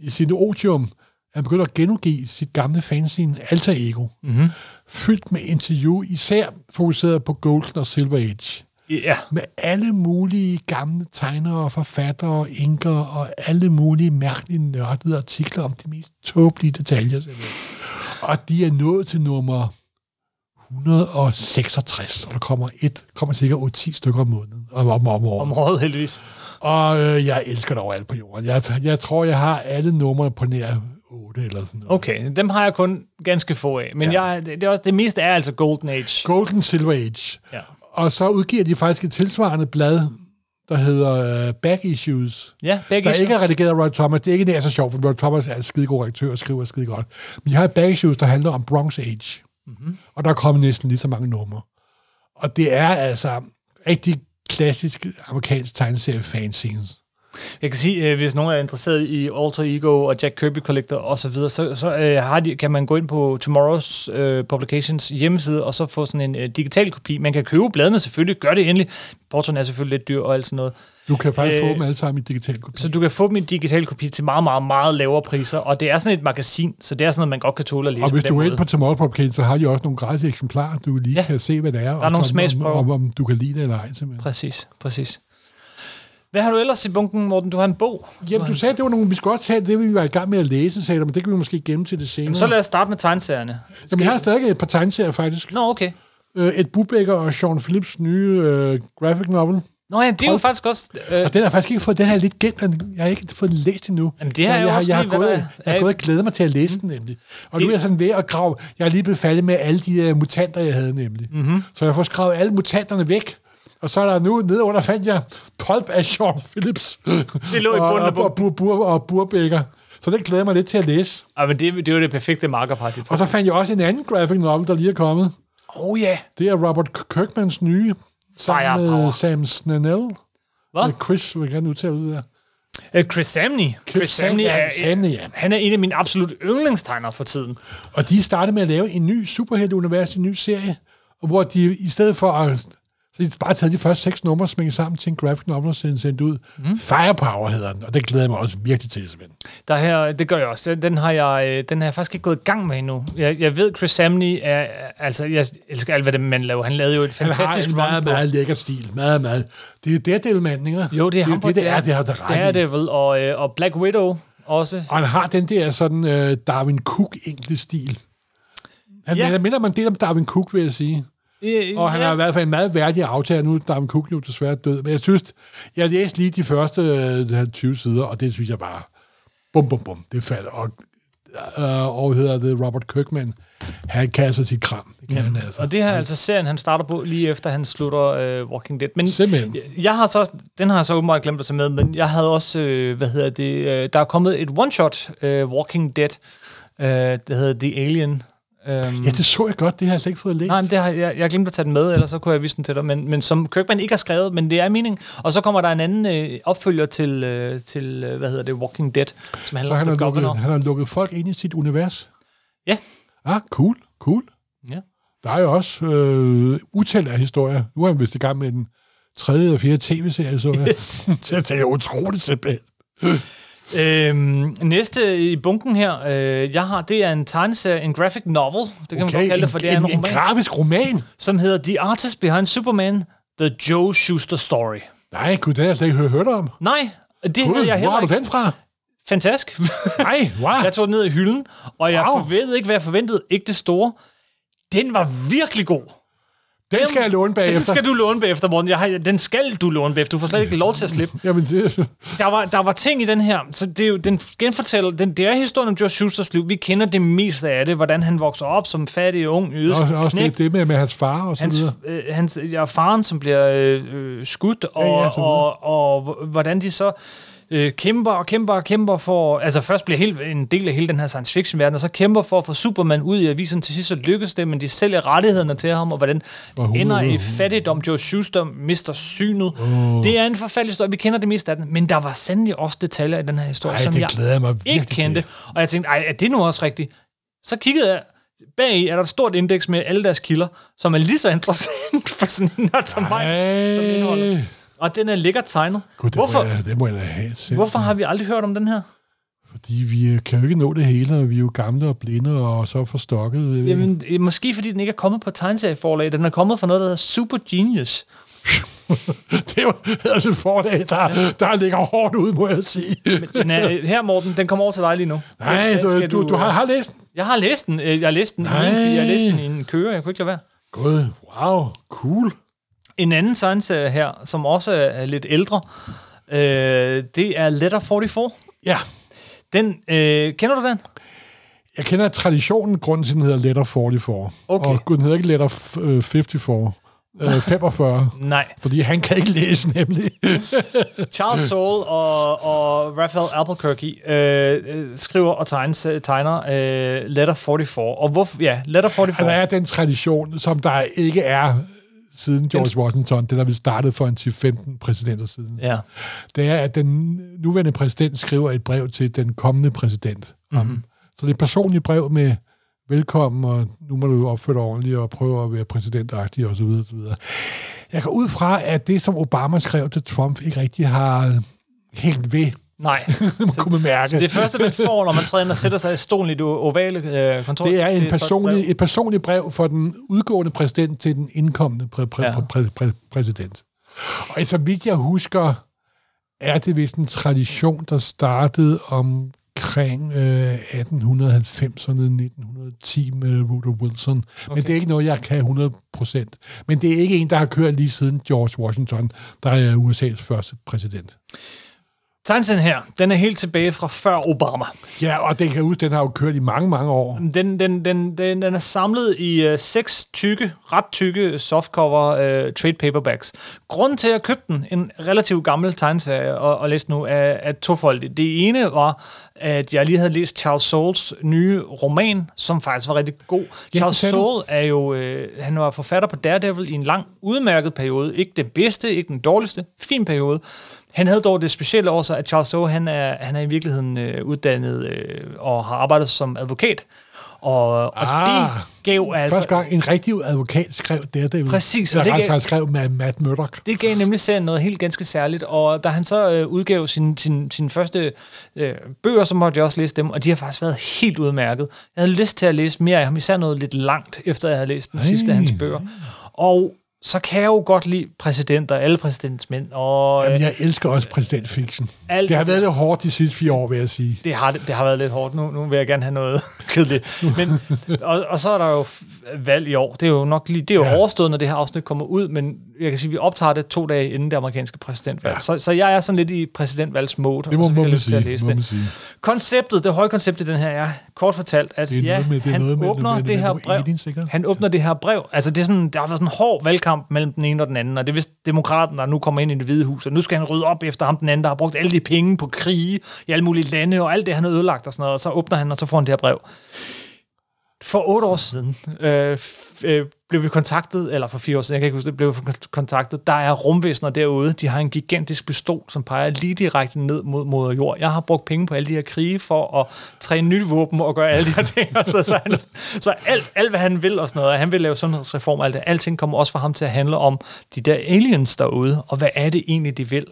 i sin otium, er han begynder at genudgive sit gamle fanzine Alter Ego fyldt med interview, især fokuseret på Golden og Silver Age. Ja. Med alle mulige gamle tegnere, forfattere, inker og alle mulige mærkelige nørdede artikler om de mest tåbelige detaljer. simpelthen. Og de er nået til nummer 166, og der kommer et, kommer cirka 8-10 stykker om måneden, om, om, om året. Om året, heldigvis. Og øh, jeg elsker det overalt på jorden. Jeg, jeg tror, jeg har alle numre på nær 8 eller sådan noget. Okay, dem har jeg kun ganske få af. Men ja. jeg, det, det, er også, det meste er altså Golden Age. Golden Silver Age. Ja. Og så udgiver de faktisk et tilsvarende blad, der hedder uh, Back Issues. Ja, Back der Issues. ikke er redigeret af Roy Thomas. Det er ikke det, der er så sjovt, for Roy Thomas er en skidegod redaktør og skriver skide godt. Men de har et Back Issues, der handler om Bronze Age. Mm-hmm. Og der er kommet næsten lige så mange numre. Og det er altså rigtig klassisk amerikansk tegneserie fanscenes. Jeg kan sige, øh, hvis nogen er interesseret i Alter Ego og Jack Kirby Collector og så videre, så, så øh, har de, kan man gå ind på Tomorrow's øh, Publications hjemmeside og så få sådan en øh, digital kopi. Man kan købe bladene selvfølgelig, gør det endelig. Portoen er selvfølgelig lidt dyr og alt sådan noget. Du kan faktisk øh, Øh, få dem alle sammen i digital kopi. Så du kan få dem i en digital kopi til meget, meget, meget lavere priser. Og det er sådan et magasin, så det er sådan noget, man godt kan tåle at læse Og på hvis den du er måde. inde på Tomorrow Popcane, så har de også nogle gratis eksemplarer, du lige Ja. ja. kan se, hvad det er. Der nogle smagsprøver. Om, om, om du kan lide det eller ej, simpelthen. Præcis, præcis. Hvad har du ellers i bunken, Morten? Du har en bog. Jamen, du sagde, at det var nogle, vi skulle også tage det, vi var i gang med at læse, sagde du, men det kan vi måske gemme til det senere. Så lad os starte med tegneserierne. Jamen, jeg har stadig et par tegneserier, faktisk. Nå, okay. Øh, et Bubecker og Sean Phillips nye øh, graphic novel. Nå ja, det er jo Prøv- faktisk også... Øh, Og den har jeg faktisk ikke fået, den har jeg lidt gemt, den- jeg har ikke fået den læst endnu. Jamen, det er jeg, jo jeg, har- også jeg, har lige, hvad gået, der er- jeg har gået og glædet mig til at læse den, nemlig. Og nu Det- er jeg sådan ved at grave, jeg er lige blevet færdig med alle de uh, mutanter, jeg havde, nemlig. Mm-hmm. Mhm. Så jeg får skravet alle mutanterne væk, og så er der nu, nede under fandt jeg Pulp af Sean Phillips. Det lå i og, bunden af og, og, bur, bur, og Burbækker. Så den glæder jeg mig lidt til at læse. ah, men det, det er jo det perfekte markerpar, de to. Og så fandt jeg også en anden graphic novel, der lige er kommet. Oh ja. Det er Robert K- Kirkmans nye, sammen Firepower. med Sam Snell. Hvad? Chris, hvad kan han udtale det der? Øh, Chris Samney. Chris Samney er, Samney, ja. han er en af mine absolut yndlingstegnere for tiden. Og de startede med at lave en ny superhelteunivers, en ny serie, og hvor de i stedet for at så de bare taget de første seks numre, smækket sammen til en graphic novel og sendt, sendt ud. Mm. Firepower hedder den, og det glæder jeg mig også virkelig til, simpelthen. Der her, det gør jeg også. Den- Den har jeg, øh, den har jeg faktisk ikke gået i gang med endnu. Jeg, jeg ved, Chris Samney er... er- Altså, jeg elsker alt, hvad den mand laver. Han lavede jo et Han fantastisk har en run meget, på... meget lækker stil. Meget, meget. Det er Daredevil-manden, ikke? Jo, det er ham. det, det, det er, det har du da ret i. Daredevil og, øh, og Black Widow også. Og han har den der sådan øh, Darwin cook enkle stil. Han Ja. ja. minder man del om Darwin Cook, vil jeg sige. Øh, Og han ja. har i hvert fald en meget værdig aftale. Nu er Darwin Cook jo desværre død. Men jeg synes, jeg læste lige de første øh, 20 sider, og det synes jeg bare, bum, bum, bum, det falder. Og, øh, og hedder det Robert Kirkman. Han kasser sit kram. Det kan han altså. Og det her er altså serien, han starter på lige efter han slutter øh, Walking Dead. Men Simpelthen. Jeg, jeg har så også, den har jeg så åbenbart glemt at tage med, men jeg havde også, øh, hvad hedder det, øh, der er kommet et one-shot øh, Walking Dead, øh, det hedder The Alien. Øhm, Ja, det så jeg godt. Det har jeg slet ikke fået læst. Nej, men det har, jeg, jeg glemte at tage den med, ellers så kunne jeg vise den til dig, men, men som Kirkman ikke har skrevet, men det er meningen. Og så kommer der en anden øh, opfølger til, øh, til øh, hvad hedder det, Walking Dead, som handler så han om har, The lukket, Governor. han har lukket folk ind i sit univers. Ja, Ah, cool, cool. ja. Der er jo også øh, utal af historier. Nu er han vist i gang med den tredje og fjerde tv-serie, så jeg. Yes. det er utroligt simpelthen. Øhm, næste i bunken her, øh, jeg har, det er en tegneserie, en graphic novel, det kan man godt kalde det, for det er en, en, en roman, grafisk roman. som hedder The Artist Behind Superman, The Joe Shuster Story. Nej, gud, det har jeg slet ikke hørt, hørt om. Nej, det Gud, havde jeg hvor heller har du ikke. den fra? Fantastisk. Nej, wow. jeg tog den ned i hylden, og jeg Wow. wow. ved ikke, hvad jeg forventede. Ikke det store. Den var virkelig god. den skal jeg låne bagefter. Den skal du låne bagefter, Morten. Jeg har, den skal du låne bagefter. Du får slet ikke lov til at slippe. Jamen, det, der var, der var ting i den her, så det er jo, den genfortæller, den, det er historien om Joe Schusters liv. Vi kender det meste af det, hvordan han vokser op som fattig, ung, jødisk også, også knægt. det, det med, med hans far og så Hans, videre. øh, hans, ja, faren, som bliver øh, øh, skudt, og, ja, ja, så ja, videre. og, og, h- hvordan de så øh, kæmper og kæmper og kæmper for... Altså først bliver helt, en del af hele den her science fiction-verden, og så kæmper for at få Superman ud i avisen. Til sidst så lykkes det, men de sælger rettighederne til ham, og hvordan Og hun- ender i hun- fattigdom. Joe Schuster mister synet. Det er en forfærdelig historie. Vi kender det meste af den, men der var sandelig også detaljer i den her historie, Ej, som det jeg glæder jeg mig ikke virkelig kendte. til. Og jeg tænkte, ej, er det nu også rigtigt? Så kiggede jeg bag er der et stort indeks med alle deres kilder, som er lige så interessant for sådan en nørd som mig, som indeholder. Ej, Og den er lækkert tegnet. gud, det, hvorfor, Må jeg, det må jeg da have. Selv. hvorfor har vi aldrig hørt om den her? Fordi vi øh, kan jo ikke nå det hele, og vi er jo gamle og blinde og så forstokket. jeg ved ikke. Jamen, øh, måske fordi den ikke er kommet på tegneserieforlag. Den er kommet fra noget, der hedder Super Genius. Det er jo altså et forlag, der, der ligger hårdt ud, må jeg sige. Den er, øh, her, Morten, den kommer over til dig lige nu. Nej, Den du, skal du, du har, øh, har læst den. Jeg har læst den. øh, Jeg har læst den, i en, Nej. jeg har læst den i en køre. Jeg kunne ikke lade være. Gud, wow, cool. En anden tegneserie her, som også er lidt ældre, øh, det er Letter 44. Ja, Den, øh, kender du den? jeg kender traditionen, grunden til, at den hedder Letter 44. Okay. Og gud, den hedder ikke Letter f- øh, 54. Øh, 45. Nej. Fordi han kan ikke læse, nemlig. Charles Soule og, og Raphael Albuquerque øh, øh, skriver og tegnes, tegner øh, Letter 44. Og hvorfor? Ja, Letter 44. Der er den tradition, som der ikke er siden George Washington, den er vi startet for en 10-15 præsidenter siden. Ja. det er, at den nuværende præsident skriver et brev til den kommende præsident. Mhm. Mm-hmm. Så det er et personligt brev med velkommen, og nu må du opføre dig ordentligt og prøve at være præsidentagtig osv. osv. Jeg går ud fra, at det, som Obama skrev til Trump, ikke rigtig har hængt ved, Nej. kunne man mærke. Så Altså, det første, man får, når man træder ind og sætter sig i stolen i det ovale øh, kontor, det er, en så et personlig, brev. et personligt brev fra den udgående præsident til den indkommende præ- præ- Ja. præ- præ- præ- præsident. Og så vidt jeg husker, er det vist en tradition, der startede omkring øh, 1890'erne, 1910 med Woodrow Wilson. Men det er ikke noget, jeg kan 100%. Men det er ikke en, der har kørt lige siden George Washington, der er USA's første præsident. Tegnsen her, den er helt tilbage fra før Obama. Ja, og den, kan ud, den har jo kørt i mange, mange år. Den, den, den, den, den er samlet i øh, seks tykke, ret tykke softcover øh, trade paperbacks. Grunden til, at jeg købte den, en relativt gammel tegneserie og, og læste nu, er, er tofoldigt. Det ene var, at jeg lige havde læst Charles Soules nye roman, som faktisk var rigtig god. Ja, Charles fortæl. Soule er jo, øh, han var forfatter på Daredevil i en lang, udmærket periode. Ikke den bedste, ikke den dårligste, fin periode. Han havde dog det specielle over sig, at Charles Soule, han er, han er i virkeligheden øh, uddannet øh, og har arbejdet som advokat. Og, og Ah. ah, det gav Altså, altså... Første gang en rigtig advokat skrev Daredevil. Præcis, og Eller det det gav- han skrev med Matt Murdock. Det gav nemlig serien noget helt ganske særligt, og da han så øh, udgav sin, sin, sin første øh, bøger, så måtte jeg også læse dem, og de har faktisk været helt udmærket. Jeg havde lyst til at læse mere af ham, især noget lidt langt, efter jeg havde læst den sidste af hans bøger. Og så kan jeg jo godt lide præsidenter, alle præsidentsmænd, og øh, Jamen, jeg elsker også præsidentfiction. Alt- Det har været lidt hårdt de sidste fire år, vil jeg sige. det har, det har været lidt hårdt. Nu, nu vil jeg gerne have noget kedeligt. Men, og, og så er der jo f- valg i år. Det er jo nok lige, det er jo Ja. ja. overstået, når det her afsnit kommer ud, men jeg kan sige, vi optager det to dage inden det amerikanske præsidentvalg. Ja. Så, så jeg er sådan lidt i præsidentvalgsmode. Det og må, så fik må, jeg man lyst til sige, at læse må det. man sige. Konceptet, det høje koncept i den her er, kort fortalt, at Det er ja, noget med- det er han noget med- åbner med- med- det her med brev. aliens, sikkert. Han åbner det her brev. Altså, det er sådan, der har været sådan en hård valgkamp mellem den ene og den anden, og det er vist demokraten, der nu kommer ind i det hvide hus, og nu skal han rydde op efter ham den anden, der har brugt alle de penge på krige i alle mulige lande, og alt det, han har ødelagt og sådan noget, og så åbner han, og så får han det her brev. For otte år siden øh, f- øh, blev vi kontaktet, eller for fire år siden, jeg kan ikke huske det, blev vi kon- kontaktet. Der er rumvæsener derude, de har en gigantisk pistol, som peger lige direkte ned mod moder jord. Jeg har brugt penge på alle de her krige for at træne nye våben og gøre alle de her ting. så, så, han, så alt, alt, hvad han vil og sådan noget, og han vil lave sundhedsreform og alt det, alting kommer også fra ham til at handle om de der aliens derude, og hvad er det egentlig, de vil?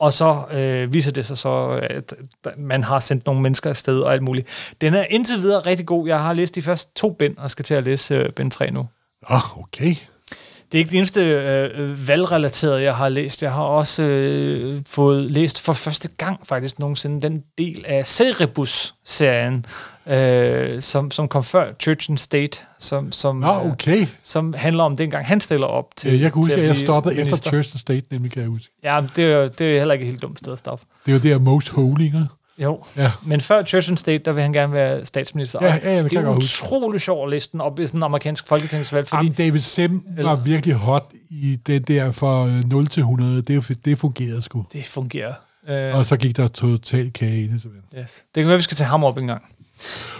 Og så øh, viser det sig så, at man har sendt nogle mennesker afsted og alt muligt. Den er indtil videre rigtig god. Jeg har læst de første to bind, og skal til at læse øh, bind 3 nu. Ah, okay. Det er ikke det eneste øh, øh, valgrelaterede, jeg har læst. Jeg har også øh, fået læst for første gang faktisk nogensinde den del af Cerebus-serien, øh, som, som kom før Church and State, som, som, Nå, øh, okay. som handler om dengang han stiller op til Øh, Jeg kan til huske, at jeg blive stoppede efter minister. Thurston State, nemlig kan jeg huske. Ja, men det er, jo- det er heller ikke et helt dumt sted at stoppe. Det var der Most Holy, ikke? Jo, Ja. men før Church and State, der vil han gerne være statsminister. Ja, ja, det kan det er jeg godt huske. utrolig sjov listen op i sådan en amerikansk folketingsvalg, fordi Jamen, David Sim var virkelig hot i den der fra øh, 0 til 100. Det, det fungerede sgu. det fungerer. Uh, Og så gik der total kage i det, simpelthen. yes. Det kan være, vi skal tage ham op en gang.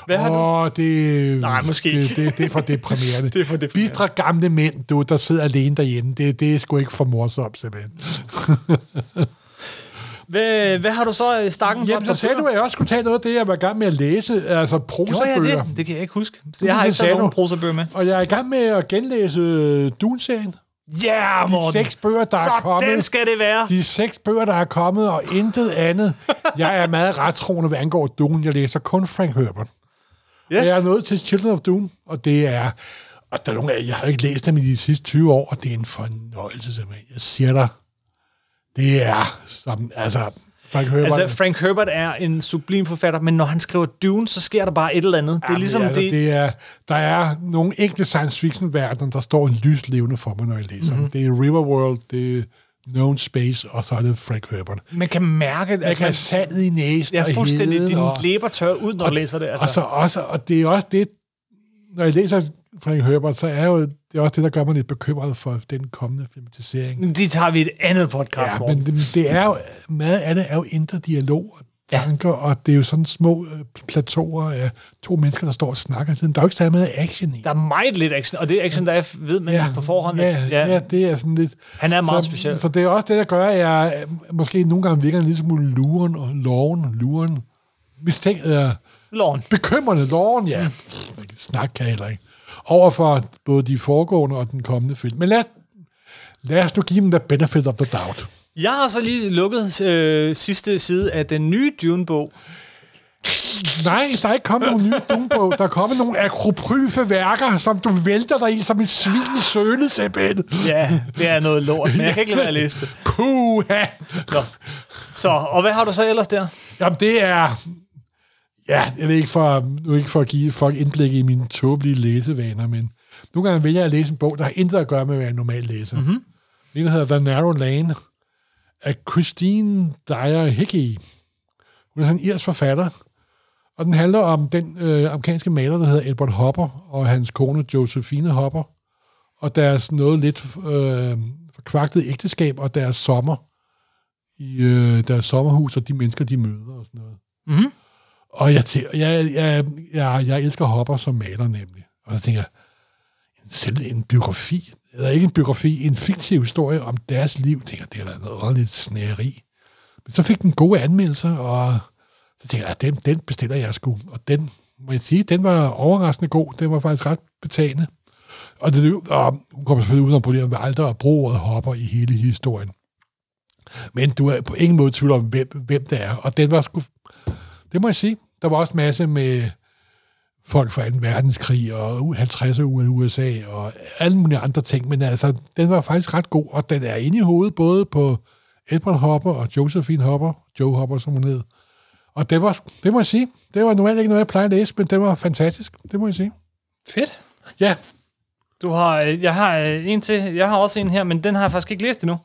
Hvad har du? Åh, oh, det, Nej, måske det, ikke. det, det er for deprimerende. Det er for deprimerende. Bitre gamle mænd, du, der sidder alene derhjemme, det, det er sgu ikke for morsomt, simpelthen. Hvad, hvad har du så i stakken? Jamen, så sagde du, at jeg også skulle tage noget af det, jeg var i gang med at læse, altså Jo, ja, prosabøger. det, det kan jeg ikke huske. Så Det jeg har ikke sagde taget nogen du. prosabøger med. Og jeg er i gang med at genlæse øh, Dune-serien. Ja, yeah, De seks bøger, der er Så kommet. den skal det være. De seks bøger, der er kommet, og intet andet. Jeg er meget rettroende, hvad angår Dune. Jeg læser kun Frank Herbert. Yes. Jeg er nået til Children of Dune, og det er... Og der er nogle af jer, jeg har ikke læst dem i de sidste 20 år, og det er en fornøjelse, simpelthen. Jeg siger dig, det er som, altså, Frank Herbert... Altså, Frank Herbert er en sublim forfatter, men når han skriver Dune, så sker der bare et eller andet. Det er Jamen, ligesom altså, det... det er, der er nogle ægte science fiction verdener, der står en lys levende for mig, når jeg læser Mhm. mm-hmm. Det er Riverworld, det er Known Space, og så er det Frank Herbert. Man kan mærke, at Jeg kan have sandet i næsen Altså, Jeg og er fuldstændig, heden, dine og- læber tørrer ud, når du læser det. altså. Og, så også, og det er også det, når jeg læser Frank Herbert, så er jo, det er også det, der gør mig lidt bekymret for den kommende filmatisering. De tager vi i et andet podcast, Ja, ja, men det, det er jo, meget af det er jo indre dialog og tanker, ja. og det er jo sådan små øh, plateauer af to mennesker, der står og snakker. Der er jo ikke så meget action i. Der er meget lidt action, og det er action, der er ved man ja, på forhånd. Ja, at- ja. ja, det er sådan lidt... Han er meget så, speciel. Så det er også det, der gør, at jeg øh, måske nogle gange virker en lille smule luren og loven, luren, mistænkt, øh, Lorne. bekymrende loven, ja. Snak kan jeg heller ikke. Over for både de foregående og den kommende film. Men lad, lad os nu give dem the benefit of the doubt. Jeg har så lige lukket øh, sidste side af den nye Dune-bog. Nej, der er ikke kommet nogen nye dumbog. Der er kommet nogle akropryfe værker, som du vælter dig i som en svin i søle, simpelthen. Ja, det er noget lort, men jeg kan ikke lade være at læse det. Puha! Nå. Så, og hvad har du så ellers der? Jamen, det er... Ja, jeg ved ikke for, nu er ikke for at give folk indblik i mine tåbelige læsevaner, men nogle gange vælger jeg at læse en bog, der har intet at gøre med, hvad jeg normalt læser. Mm-hmm. Det hedder The Narrow Lane af Christine Dyer Hickey. Hun er sådan en irsk forfatter, og den handler om den øh, amerikanske maler, der hedder Edward Hopper, og hans kone Josephine Hopper, og deres noget lidt øh, forkvagtede ægteskab, og deres sommer i øh, deres sommerhus, og de mennesker, de møder og sådan noget. Mm-hmm. Og jeg, tæ- jeg, jeg, jeg, jeg elsker Hopper som maler nemlig. Og så tænker jeg, en, selv en biografi, eller ikke en biografi, en fiktiv historie om deres liv, tænker jeg, det er da noget underligt snæreri. Men så fik den gode anmeldelser, og så tænker jeg, den, den bestiller jeg sgu. Og den, må jeg sige, den var overraskende god. Den var faktisk ret betagende. Og, det, løb- og hun kommer selvfølgelig udenom problemet med aldrig at bruge ordet hopper i hele historien. Men du er på ingen måde i tvivl om, hvem, hvem det er. Og den var sgu... Det må jeg sige. Der var også en masse med folk fra 2. verdenskrig og 50 år i USA og alle mulige andre ting. Men altså, den var faktisk ret god, og den er inde i hovedet både på Edward Hopper og Josephine Hopper, Joe Hopper, som hun hed. Og det, var, det må jeg sige, det var normalt ikke noget, jeg plejer at læse, men det var fantastisk, det må jeg sige. Fedt. Ja, Du Du har, øh, jeg har øh, en til. Jeg har også en her, men den har jeg faktisk ikke læst endnu.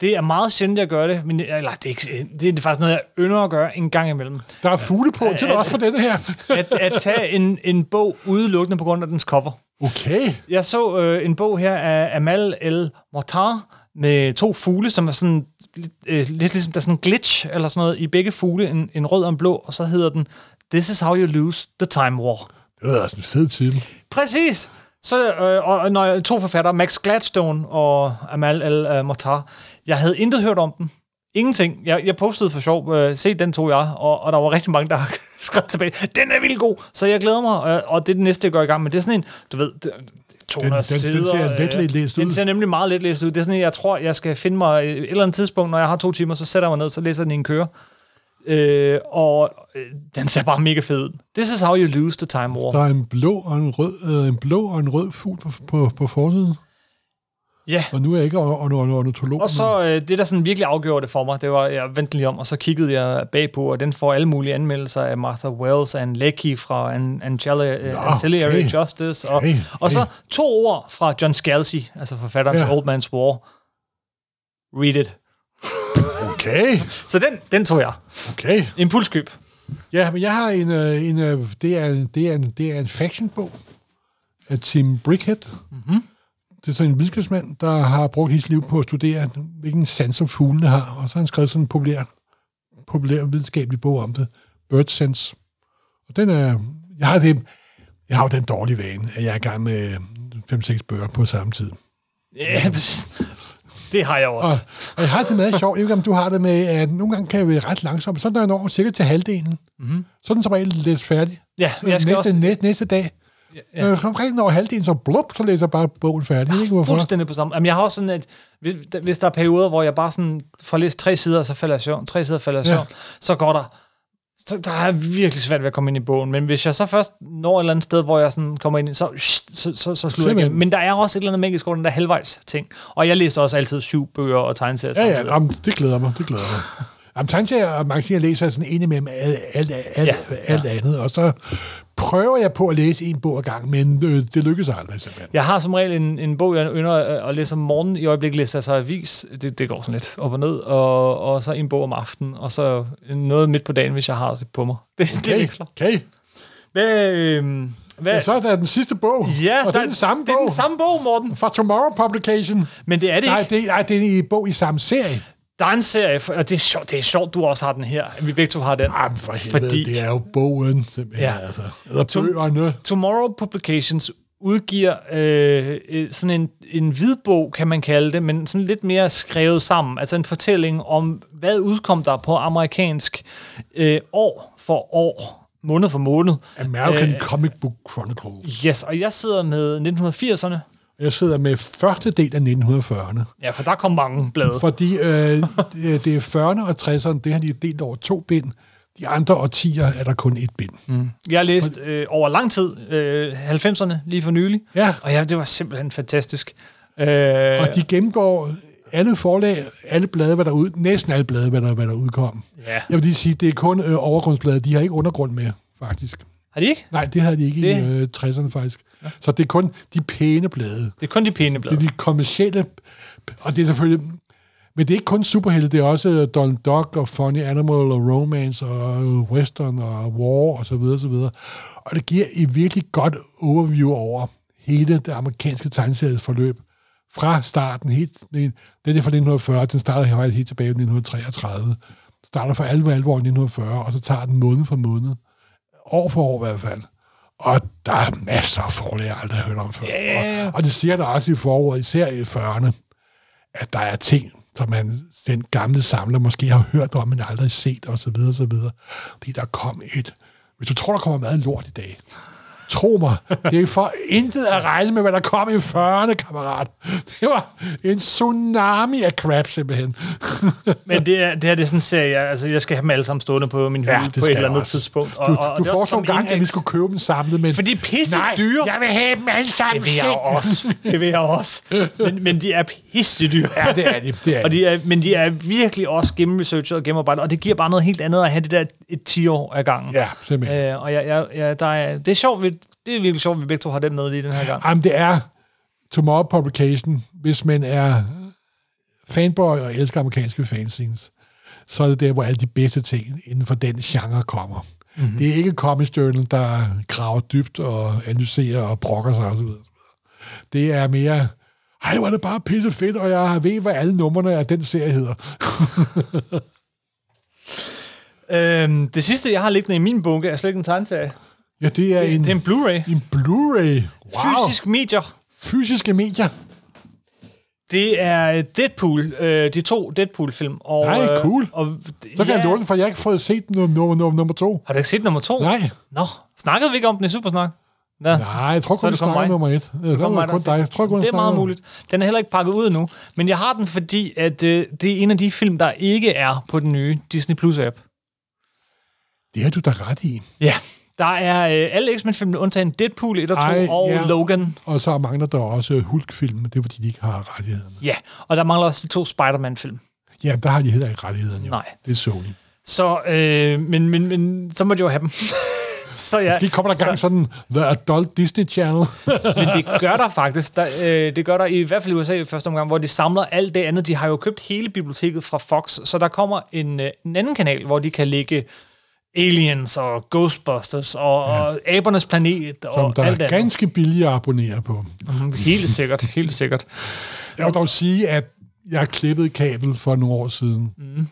Det er meget sjældent, jeg gør det. Men, eller, det, er ikke, øh, det er faktisk noget, jeg ynder at gøre en gang imellem. Der er fugle på, det er der også på denne her. At, at tage en, en bog udelukkende på grund af dens cover. Okay. Jeg så øh, en bog her af Amal El Mortar med to fugle, som er sådan lidt, øh, lidt ligesom, der er sådan en glitch eller sådan noget i begge fugle, en, en rød og en blå, og så hedder den This is how you lose the time war. Det lyder altså en fed titel. Præcis! Så, øh, og, og når to forfattere, Max Gladstone og Amal Al-Mortar, jeg havde intet hørt om dem. Ingenting. Jeg, jeg postede for sjov, øh, se, den tog jeg, og, og der var rigtig mange, der har skrevet tilbage, den er vildt god, så jeg glæder mig, øh, og det er det næste, jeg går i gang med. Det er sådan en, du ved, det, det- 200 Den- den- sider. den ser øh, let læst ud. Den ser nemlig meget let læst ud. Det er sådan en, jeg tror, jeg skal finde mig øh, et eller andet tidspunkt, når jeg har to timer, så sætter jeg mig ned, så læser jeg den i en køre. Øh, og øh, den ser bare mega fed ud. This is how you lose the time war. Der er en blå og en rød, øh, en blå og en rød fugl på, på, på forsiden. Ja. Yeah. Og nu er jeg ikke or- or- or- ornitolog. Og så øh, det, der sådan virkelig afgjorde det for mig, det var, jeg vendte lige om, og så kiggede jeg bagpå, og den får alle mulige anmeldelser af Martha Wells, af en Lecky fra an, Angela, øh, Ancillary okay. Justice, og, Okay, okay. og så to ord fra John Scalzi, altså forfatteren ja. Ja. til Old Man's War. Read it. men- Okay, Så den, den tog jeg. okay. Impulskøb. Ja, men jeg har en, øh, en øh, det, er, en- det, er en, det er en factionbog af Tim Brickhead. Mm-hmm. Mhm. Det er sådan en videnskabsmand, der har brugt hele sit liv på at studere, hvilken sans som fuglene har. Og så har han skrevet sådan en populær, populær videnskabelig bog om det, Bird Sense. Og den er, jeg har, det, jeg har jo den dårlige vane, at jeg er i gang med 5-6 bøger på samme tid. Ja, det, det har jeg Og, også. og jeg har det meget sjovt, ikke om du har det med, at nogle gange kan jeg være ret langsom, så når jeg når cirka til halvdelen, mm-hmm. så er den som regel lidt færdig. Mhm. Ja, så jeg skal næste, også- næste, næste dag, ja, ja. når jeg kommer rigtig over halvdelen, så blup, så læser jeg bare bogen færdig. Ikke, hvorfor? Ah, Fuldstændig på samme. Jamen, jeg har også sådan, at hvis, hvis der er perioder, hvor jeg bare sådan får læst tre sider, og så falder jeg i søvn, tre sider falder jeg i Ja. søvn, så går der så der er virkelig svært ved at komme ind i bogen, men hvis jeg så først når et eller andet sted, hvor jeg sådan kommer ind, i- så, så, så, så slutter jeg Simpelthen. igen. Men der er også et eller andet magisk over den der halvvejs ting. Og jeg læser også altid syv bøger og tegneserier Ja, ja, samtidig. jamen, det glæder mig, det glæder mig. Jamen, tegneserier og magasiner læser jeg sådan en imellem alt, alt, alt, Ja, ja, alt andet, og så prøver jeg på at læse en bog ad gang, men øh, det lykkes aldrig simpelthen. Jeg har som regel en, en bog, jeg ynder øh, at læse om morgenen. I øjeblikket læser jeg så avis. Det, det går sådan lidt op og ned. Og, og så en bog om aftenen. Og så noget midt på dagen, hvis jeg har det på mig. Det, det Okay, veksler. okay. Hvad, øh, hvad? Ja, så er der den sidste bog, ja, og der- det er den samme bog. Det er den samme bog, Morten. Fra Tomorrow Publication. Men det er det Nej, ikke. det, nej, det er en bog i samme serie. Der er en serie, for- og det er, sjovt, det er sjovt, du også har den her. Vi begge to har den. Jamen, for helvede, Fordi- Fordi... det er jo bogen. Ja. Ja. Altså, eller bøgerne. Tomorrow Publications udgiver øh, øh, sådan en, en hvidbog, kan man kalde det, men sådan lidt mere skrevet sammen. Altså en fortælling om, hvad udkom der på amerikansk øh, år for år, måned for måned. American øh, Comic Book Chronicles. Yes, og jeg sidder med 1980'erne. Jeg sidder med første del af 1940'erne. Ja, for der kom mange blade. Fordi øh, det det er 40'erne og 60'erne, det har de delt over to bind. De andre årtier er der kun et bind. Mm. Jeg har læst øh, over lang tid, øh, 90'erne lige for nylig, Ja. og ja, det var simpelthen fantastisk. Øh, og Og de gennemgår alle forlag, alle blade, hvad der ud, næsten alle blade, hvad der, hvad der udkom. Ja. Jeg vil lige sige, det er kun øh, overgrundsblade, de har ikke undergrund med, faktisk. Har de ikke? Nej, det havde de ikke det. i Det- øh, 60'erne faktisk. Ja. Så det er kun de pæne blade. Det er kun de pæne Det blade. er de kommercielle, og det er selvfølgelig... Men det er ikke kun superhelte, det er også øh, Don Duck og Funny Animal og Romance og øh, Western og War og så videre, så videre. Og det giver et virkelig godt overview over hele det amerikanske tegneseries forløb. Fra starten, helt, den er fra 1940, den starter her helt tilbage i 1933. Starter for alvor alvor i 1940, og så tager den måned for måned. År for år i hvert fald. Og der er masser af forlag, jeg aldrig har hørt om før. Yeah. Og, og det siger der også i foråret, især i 40'erne, at der er ting, som man den gamle samler måske har hørt om, men aldrig set, og så videre, så videre. Fordi der kom et... Hvis du tror, der kommer meget lort i dag, tro mig, det er for intet at regne med, hvad der kom i 40'erne, kammerat. Det var en tsunami af crap, simpelthen. Men det, er, det her det er sådan en serie, jeg, altså, jeg skal have dem alle sammen stående på min hylde Ja, ja, det på et skal eller andet jeg også. tidspunkt. Du, og du det er også foreslog som en gang, at vi indeks. skulle købe dem samlet, men... For de er pisse Nej, dyre. jeg vil have dem alle sammen. Det vil jeg selv. også. Det vil jeg også. Men, men de er pisse dyre. Ja, det er de. Det er Og de er, men de er virkelig også gennemresearchet og gennemarbejdet, og det giver bare noget helt andet at have det der et 10 år ad gangen. Ja, simpelthen. Øh, og jeg, jeg, jeg, der er, det er sjovt, vi, det er virkelig sjovt, at vi begge to har den med lige den her gang. Jamen, det er Tomorrow Publication, hvis man er fanboy og elsker amerikanske fanscenes, så er det der, hvor alle de bedste ting inden for den genre kommer. Mhm. Mm-hmm. Det er ikke Comic Journal, der graver dybt og analyserer og brokker sig osv. Det er mere, ej, hvor er det bare pisse fedt, og jeg ved, hvad alle numrene af den serie hedder. Øhm, det sidste, jeg har liggende i min bunke, er slet ikke en tegneserie. Ja, det er Det, en, det er en Blu-ray. en Blu-ray. Wow. Fysisk medier. Fysiske medier. Det er øh, Deadpool. Øh, de to Deadpool-film. Og, Nej, øh, cool. Og, Så kan jeg låne den, for jeg har ikke fået set den nummer, nummer, nummer to. Har du ikke set nummer to? Nej. Nå, snakkede vi ikke om den i Supersnak? Nå. Nej, jeg tror er det kun, det kun mig. snakker nummer et. Ja, der Kom, var mig, der kun dig. har Jeg set tror kun, den. jeg det er meget snakker- muligt. Den er heller ikke pakket ud endnu. Men jeg har den, fordi at, øh, det er en af de film, der ikke er på den nye Disney Plus-app. Det har du da ret i. Ja. Der er øh, alle X-Men-filmene, undtagen Deadpool 1 og 2 Ej, og ja. Logan. Og så mangler der også Hulk-filmen, det er fordi, de ikke har rettighederne. Ja, og der mangler også de to Spider-Man-film. Ja, der har de heller ikke rettighederne. Jo. Nej. Det er Sony. Så, øh, men, men, men, så måtte jeg jo have dem. så ja, Måske kommer der gang så, sådan The Adult Disney Channel. Men det gør der faktisk. Der, øh, det gør der i hvert fald i USA i første omgang, hvor de samler alt det andet. De har jo købt hele biblioteket fra Fox, så der kommer en, øh, en anden kanal, hvor de kan lægge Aliens og Ghostbusters og, ja. og Abernes Planet Som og der alt det er andet. ganske billigt at abonnere på. Helt sikkert, helt sikkert. Jeg vil dog sige, at jeg har klippet et kabel for nogle år siden. Mm.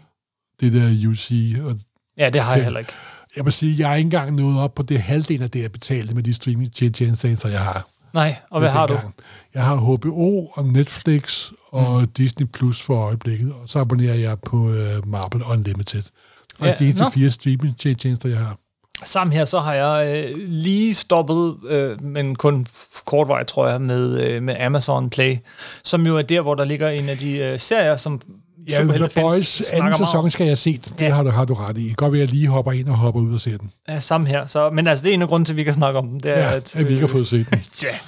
Det der UC. Og Ja, det har jeg heller ikke. jeg må sige, jeg er ikke engang nået op på det halvdel af det, jeg betalte med de streaming-tjenester, jeg har. Nej, og hvad har du? dengang. Jeg har HBO og Netflix og mm. Disney Plus for øjeblikket, og så abonnerer jeg på uh, Marvel Unlimited. Og Ja, ja, de eneste nå. fire streamingtjenester, jeg har. Sammen her, så har jeg øh, lige stoppet, øh, men kun kort vej, tror jeg, med, øh, med Amazon Play, som jo er der, hvor der ligger en af de øh, serier, som Ja, The Boys anden sæson skal jeg se. den. Det Ja. ja. har, du, har du ret i. Godt ved, at jeg lige hopper ind og hopper ud og ser den. Ja, sammen her. Så, men altså, det er en af grunden til, at vi kan snakke om den. Det er, Ja, at, øh, at vi ikke har fået set den. Ja.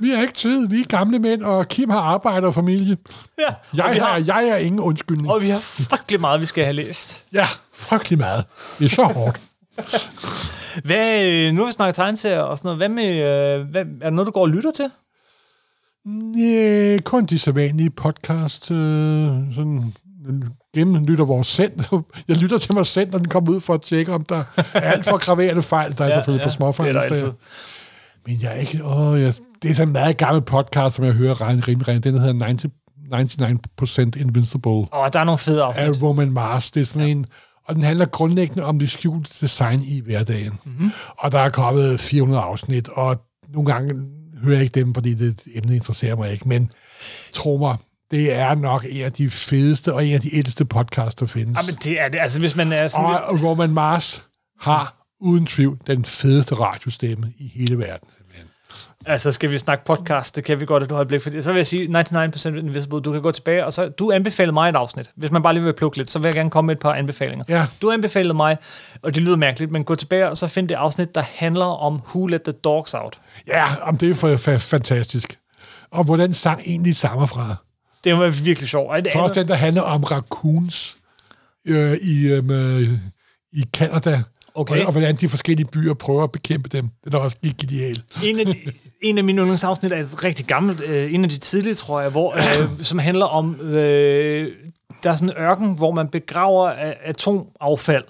Vi har ikke tid. Vi er gamle mænd, og Kim har arbejde og familie. ja. og vi Jeg har, jeg har ingen undskyldning. Og vi har frygtelig meget, vi skal have læst. Ja, frygtelig meget. Det er så hårdt. Hvad, øh, nu har vi snakket tegneserier og sådan noget. Hvad med, øh, hvad, er der noget, du går og lytter til? Næh, kun de sædvanlige podcast, øh, sådan øh, gennemlytter vores send. Jeg lytter til mig selv, når den kommer ud for at tjekke, om der er alt for graverende fejl, der er ja, selvfølgelig ja, på det er småfejl. der steder. altid. Men jeg er ikke... Åh, jeg, det er sådan en meget gammel podcast, som jeg hører ren- rimelig rent. Den hedder 90, 99% Invincible Og der er nogle fede afsnit. af Roman Mars. Det er sådan ja. en... Og den handler grundlæggende om det skjulte design i hverdagen. Mm-hmm. Og der er kommet 400 afsnit, og nogle gange hører jeg ikke dem, fordi det emne interesserer mig ikke. Men tro mig, det er nok en af de fedeste og en af de ældste podcasts, der findes. Ja, men det er det. Altså, hvis man er sådan lidt... Og Roman Mars har uden tvivl den fedeste radiostemme i hele verden. Simpelthen. Altså, skal vi snakke podcast? Det kan vi godt, at du har et blik for det. Så vil jeg sige, 99% Invisible, du kan gå tilbage, og så du anbefalede mig et afsnit. Hvis man bare lige vil plukke lidt, så vil jeg gerne komme med et par anbefalinger. Ja. Du anbefalede mig, og det lyder mærkeligt, men gå tilbage og så find det afsnit, der handler om Who Let the Dogs Out. Ja, om det er for, for, fantastisk. Og hvor den sang egentlig stammer fra. Det var virkelig sjovt. Og et Så også andet- den, der handler om raccoons øh, i, øh, med- i Canada. Okay. Og, og hvordan de forskellige byer prøver at bekæmpe dem. Det er da også ikke ideal. en, af de, en af mine yndlingsafsnit er et rigtig gammelt, øh, en af de tidlige, tror jeg, hvor, øh, som handler om, øh, der er sådan en ørken, hvor man begraver øh, atomaffald.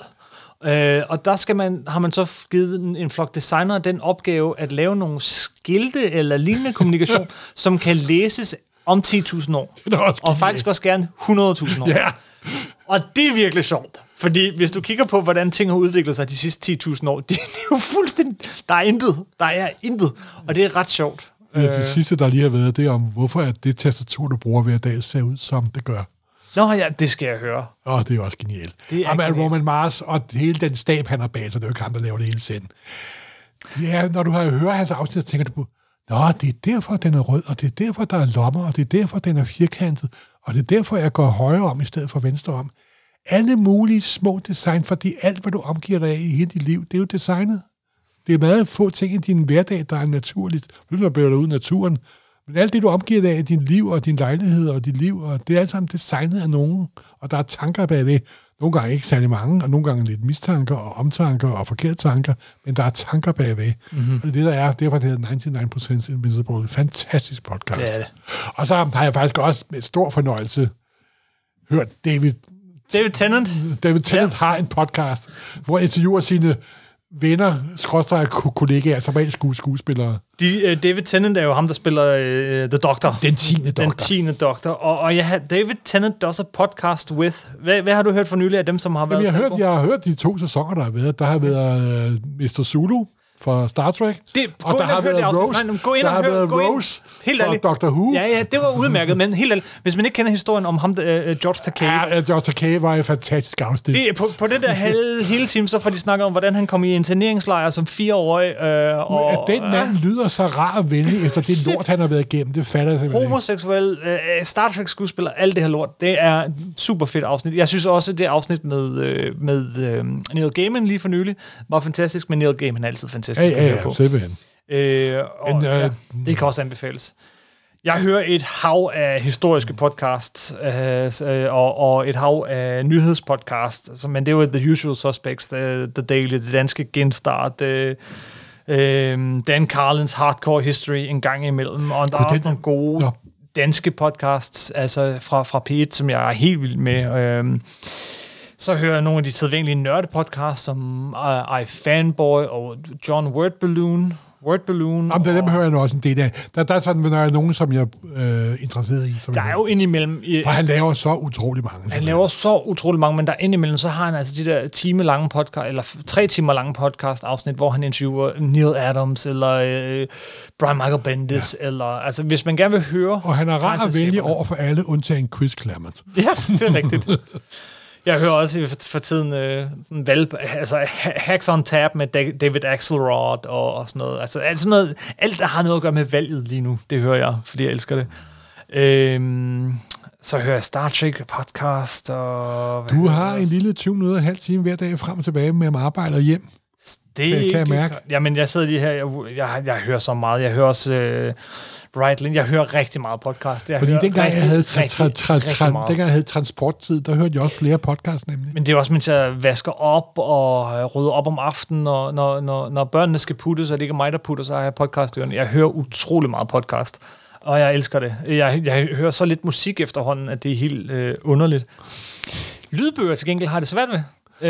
Øh, og der skal man, har man så givet en, en flok designer den opgave at lave nogle skilte eller lignende kommunikation, som kan læses om 10.000 år. Det er da også Og genialt. faktisk også gerne 100.000 år. Ja, Og det er virkelig sjovt. Fordi hvis du kigger på, hvordan ting har udviklet sig de sidste 10.000 år, det er jo fuldstændig... Der er intet. Der er intet. Og det er ret sjovt. øh. det sidste, der lige har været, det er om, hvorfor at det tastatur, du bruger hver dag, ser ud, som det gør. Nå ja, det skal jeg høre. Åh, det er også genialt. Det er og med genialt. Roman Mars og hele den stab, han har bag sig, det er jo ikke ham, der laver det hele selv. Det er, når du har hører hans afsnit, så tænker du på, Nå, det er derfor, den er rød, og det er derfor, der er lommer, og det er derfor, den er firkantet, og det er derfor, jeg går højre om i stedet for venstre om. Alle mulige små design, fordi alt, hvad du omgiver dig af i hele dit liv, det er jo designet. Det er meget få ting i din hverdag, der er naturligt. Nu bliver du ud i naturen, Men alt det, du omgiver dig af, din liv og din lejlighed og dit liv, og det er alt sammen designet af nogen, og der er tanker bag det. Nogle gange ikke særlig mange, og nogle gange lidt mistanker og omtanker og forkerte tanker, men der er tanker bagved. Mhm. Mm-hmm. Og det er det, der er. Derfor det hedder 99% Invincible. Fantastisk podcast. Det er det. Og så har jeg faktisk også med stor fornøjelse hørt David David Tennant. David Tennant ja. har en podcast, hvor han interviewer sine venner, skråstrej kollegaer, som er skues- skuespillere. De, uh, David Tennant er jo ham, der spiller uh, The Doctor. Den tiende doktor. Den tiende doktor. Og, og ja, David Tennant, der også podcast with. Hvad, hvad har du hørt for nylig af dem, som har været Jamen, jeg, har sat hørt, på? jeg har hørt de to sæsoner, der har været. Der har været øh, Mr. Zulu fra Star Trek, Det- gå ind og der og har hør det været afsnit. Rose, Nej, men gå ind der og har hør- været gå ind. Rose Helt fra ærligt. Doctor Who. Ja, ja, det var udmærket, men helt ærligt, hvis man ikke kender historien om ham, uh, George Takei, ja. ja. George Takei var et fantastisk afsnit. Det, er på, på det der halve, hele time, så får de snakket om, hvordan han kom i interneringslejr som fireårig, øh, at og den mand lyder så rar og venlig efter det lort, han har været igennem, det fatter jeg simpelthen ikke. homoseksuel, øh, Star Trek-skuespiller, alt det her lort. Det er et super fedt afsnit. Jeg synes også, at det afsnit med, øh, med øh, Neil Gaiman lige for nylig var fantastisk, men Neil Gaiman er altid fantastisk Ja, at ja, høre ja, på. simpelthen. Øh, og, Men, øh, ja, det kan også anbefales. Jeg hører et hav af historiske podcasts øh, s- øh, og, og et hav af nyhedspodcasts, så- men det er jo The Usual Suspects, The, the Daily, Det Danske Genstart, øh, øh, Dan Carlins Hardcore History en gang imellem, og der er Kunne også den- nogle gode Nå. danske podcasts altså fra, fra P1, som jeg er helt vild med. Øh, så hører jeg nogle af de sædvanlige nørdepodcasts, som uh, iFanboy og John Wordballoon. Wordballoon Jamen, det, og dem hører jeg nu også en del af. Der, der er sådan, når jeg er nogen, som jeg øh, er interesseret i. Som der jeg- er jo indimellem... I, For han laver så utrolig mange. han laver så utrolig mange, men der indimellem, så har han altså de der time lange podcast, eller f- tre timer lange podcast afsnit, hvor han interviewer Neil Adams, eller øh, Brian Michael Bendis, ja. eller... Altså, hvis man gerne vil høre... Og han er rar at tegnselskaberne- vælge over for alle, undtagen Chris Clammett. Ja, det er rigtigt. Jeg hører også i- for tiden øh, sådan valp, altså ha- Hacks on Tap med Da- David Axelrod og, og sådan noget. Altså alt, sådan noget, alt, der har noget at gøre med valget lige nu, det hører jeg, fordi jeg elsker det. Øhm, så hører jeg Star Trek podcast og... hvad Du hører har jeg en også? lille 20 minutter og halv time hver dag frem og tilbage mellem arbejde og hjem. Det kan jeg ikke- mærke. Jamen, jeg sidder lige her, jeg, jeg, jeg hører så meget. Jeg hører også øh, Brightling. Jeg hører rigtig meget podcast. Jeg Fordi hører dengang jeg, rigtig, havde tra- rigtig, tra- tra- rigtig tra- meget. dengang jeg havde transporttid, der hørte jeg også flere podcasts nemlig. Men det er også, mens jeg vasker op og øh, rydder op om aftenen, og når, når, når børnene skal putte, så er det ikke mig, der putter, så har jeg podcast i ørerne. Jeg hører utrolig meget podcast, og jeg elsker det. Jeg, jeg hører så lidt musik efterhånden, at det er helt øh, underligt. Lydbøger til gengæld har jeg det svært ved.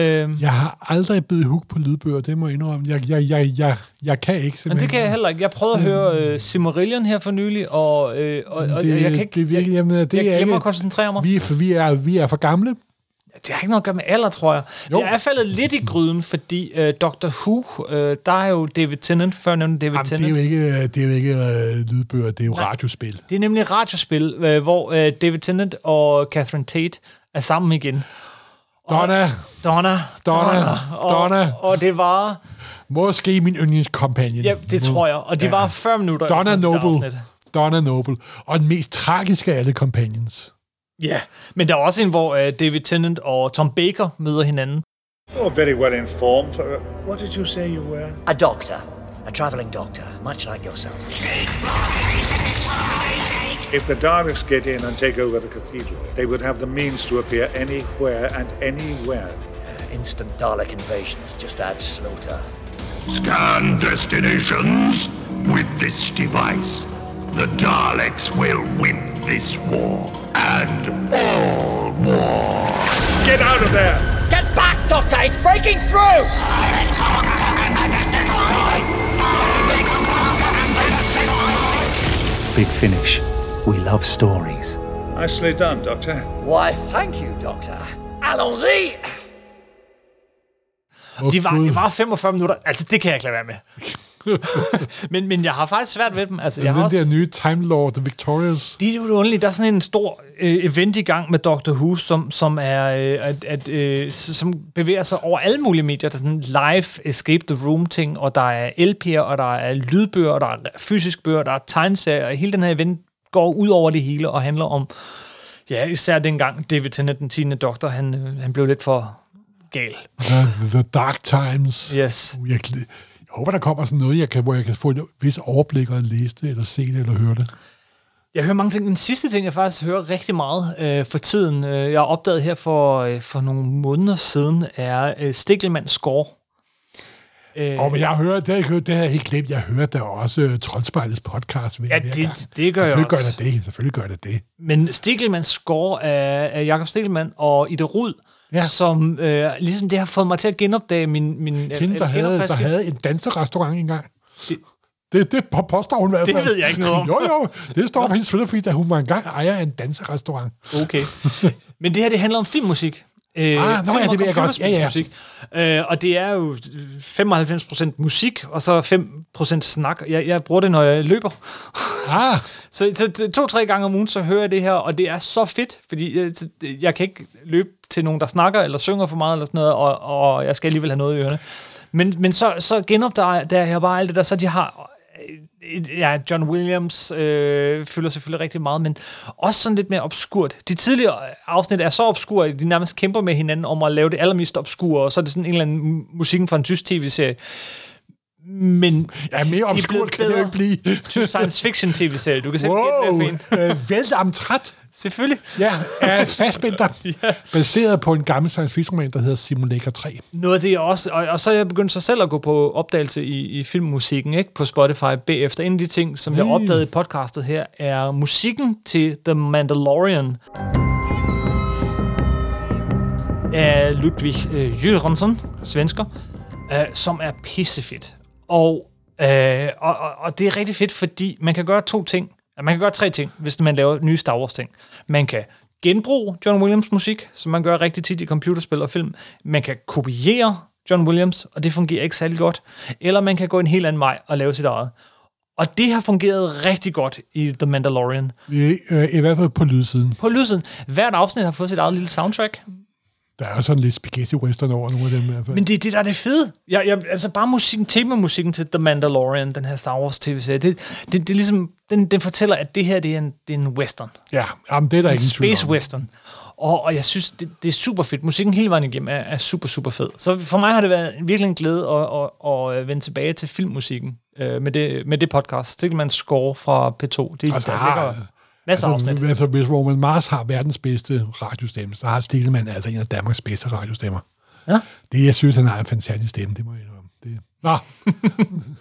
Øh, Jeg har aldrig blevet hook på lydbøger, det må jeg indrømme. Jeg, jeg, jeg, jeg, jeg kan ikke men simpelthen. det kan jeg heller ikke. Jeg prøvede at høre øh, Simmerillion her for nylig, og, øh, og, og mm. det, jeg kan ikke... det er virkelig, jamen, det jeg er glemmer ikke, at koncentrere mig. Vi, er for, vi, er, vi er for gamle. det har ikke noget at gøre med alder, tror jeg. Jo. Jo. Jeg er faldet lidt i gryden, fordi øh, Dr. Who, øh, der er jo David Tennant, før jeg nævnte David Jamen, det Tennant. er jo ikke, det er jo ikke øh, lydbøger, det er jo radiospil. Det er nemlig et radiospil, øh, hvor øh, David Tennant og Catherine Tate er sammen igen. Donna, Donna, Donna, og, Donna. Og det var... måske min yndlingskompagnon. Ja, det tror jeg. Og det var 40 minutter. eller Donna sådan noget, det Noble. afsnit. Donna Noble. Og den mest tragiske af alle companions. Ja, men der er også en, hvor øh, David Tennant og Tom Baker møder hinanden. You're Oh, very well informed. Uh, What did you say you were? A doctor. A travelling doctor, much like yourself. If the Daleks get in and take over the cathedral, they would have the means to appear anywhere and anywhere. Instant Dalek invasions just add slaughter. Scan destinations with this device. The Daleks will win this war and all wars. Get out of there! Get back, Doctor! It's breaking through! Big finish. We love stories. Nicely done, Doctor. Why, thank you, Doctor. Allons-y! Oh, De var, det var 45 minutter. Altså, det kan jeg ikke lade være med. men, men jeg har faktisk svært ved dem. Altså, jeg Den har også... der nye Time Lord Victorious. Det er jo det underlige. Der er sådan en stor øh, event i gang med Dr. Who, som, som, er, øh, at, at, øh, s- som bevæger sig over alle mulige medier. Der er sådan live Escape the Room-ting, og der er LP'er, og der er lydbøger, og der er fysisk bøger, og der er tegneserier. Og hele den her event går ud over det hele og handler om, ja, især dengang David Tennant, den 10. doktor, han, øh, han blev lidt for gal. The, the Dark Times. Uh, Yes. Jeg, glæ- jeg håber, der kommer sådan noget, jeg kan, hvor jeg kan få et vis overblik og læse det, eller se det, eller høre det. Jeg hører mange ting. Den sidste ting, jeg faktisk hører rigtig meget øh, for tiden, øh, jeg har opdaget her for, øh, for nogle måneder siden, er øh, Stikkelmands score. Øh, Og men jeg hører, det har jeg ikke hørt, det har jeg helt glemt. Jeg hører da også uh, Troldspejlets podcast. Ved Ja, hver det- gang. det gør jeg Selvfølgelig også. Gør jeg da det. Selvfølgelig gør det det. Men Stikkelmanns score af, af Jakob Stikkelmann og Ida Rud, Ja. ja. som øh, ligesom det har fået mig til at genopdage min... min øh, Hende, der havde, der genopfriske- havde en danserestaurant engang. Det, det på- påstår hun i hvert Det fald. ved jeg ikke noget om. Jo, jo. Det står på hendes filterfeed, at hun var engang ejer af en danserestaurant. Okay. Men det her, det handler om filmmusik. Øh, ah, ja, det ved jeg godt. Ja, ja. Øh, og det er jo 95% musik, og så 5% snak. Jeg, jeg bruger det, når jeg løber. Ah, Så, så to-tre gange om ugen, så hører jeg det her, og det er så fedt, fordi jeg, jeg kan ikke løbe til nogen, der snakker eller synger for meget eller sådan noget, og, og jeg skal alligevel have noget i ørerne. Men, men så, så genopdager der jeg bare alt det der, så de har... øh, Ja, John Williams øh, fylder selvfølgelig rigtig meget, men også sådan lidt mere obskurt. De tidligere øh, afsnit er så obskure, at de nærmest kæmper med hinanden om at lave det allermest obskure, og så er det sådan en eller anden musikken fra en tysk tv-serie. Men ja, mere obskurt kan det jo ikke blive. Tysk science fiction tv-serie. Du kan selv wow. Wow, gætte, hvad for en. øh, Vælt am træt. Selvfølgelig. Ja, af fastbinder. Baseret på en gammel science fiction roman, der hedder Simulator 3. Noget af det, jeg også... Og, og så er jeg begyndt så selv at gå på opdagelse i, i filmmusikken, ikke? På Spotify bagefter. En af de ting, som jeg opdagede i podcastet her, er musikken til The Mandalorian. Af Ludwig øh, Jørgensen, svensker, øh, som er pissefedt. Og, øh, og, og, og det er rigtig fedt, fordi man kan gøre to ting. Man kan gøre tre ting, hvis man laver nye Star Wars-ting. Man kan genbruge John Williams' musik, som man gør rigtig tit i computerspil og film. Man kan kopiere John Williams, og det fungerer ikke særlig godt. Eller man kan gå en helt anden vej og lave sit eget. Og det har fungeret rigtig godt i The Mandalorian. I, øh, I hvert fald på lydsiden. På lydsiden, hvert afsnit har fået sit eget lille soundtrack. Der er jo sådan lidt spaghetti-western over nogle af dem i hvert fald. Men det er det, der er det fede. Jeg, jeg, altså bare musikken, temamusikken til The Mandalorian, den her Star Wars tv-serie, det, det, det er ligesom, den, den fortæller, at det her det er, en, det er en western. ja, jamen, det er der En ikke space western. Og, og jeg synes, det, det er super fedt. Musikken hele vejen igennem er, er super, super fed. Så for mig har det været virkelig en glæde at, at, at, at vende tilbage til filmmusikken øh, med, det, med det podcast. Stikkelmands score fra P2. Det, Altså, altså, der har- ligger masser af afsnit. Altså, altså, hvis Roman Mars har verdens bedste radiostemme, så har Stikkelmann altså en af Danmarks bedste radiostemmer. Ja. Det, jeg synes, han har en fantastisk stemme, det må jeg indrømme. Det... Nå,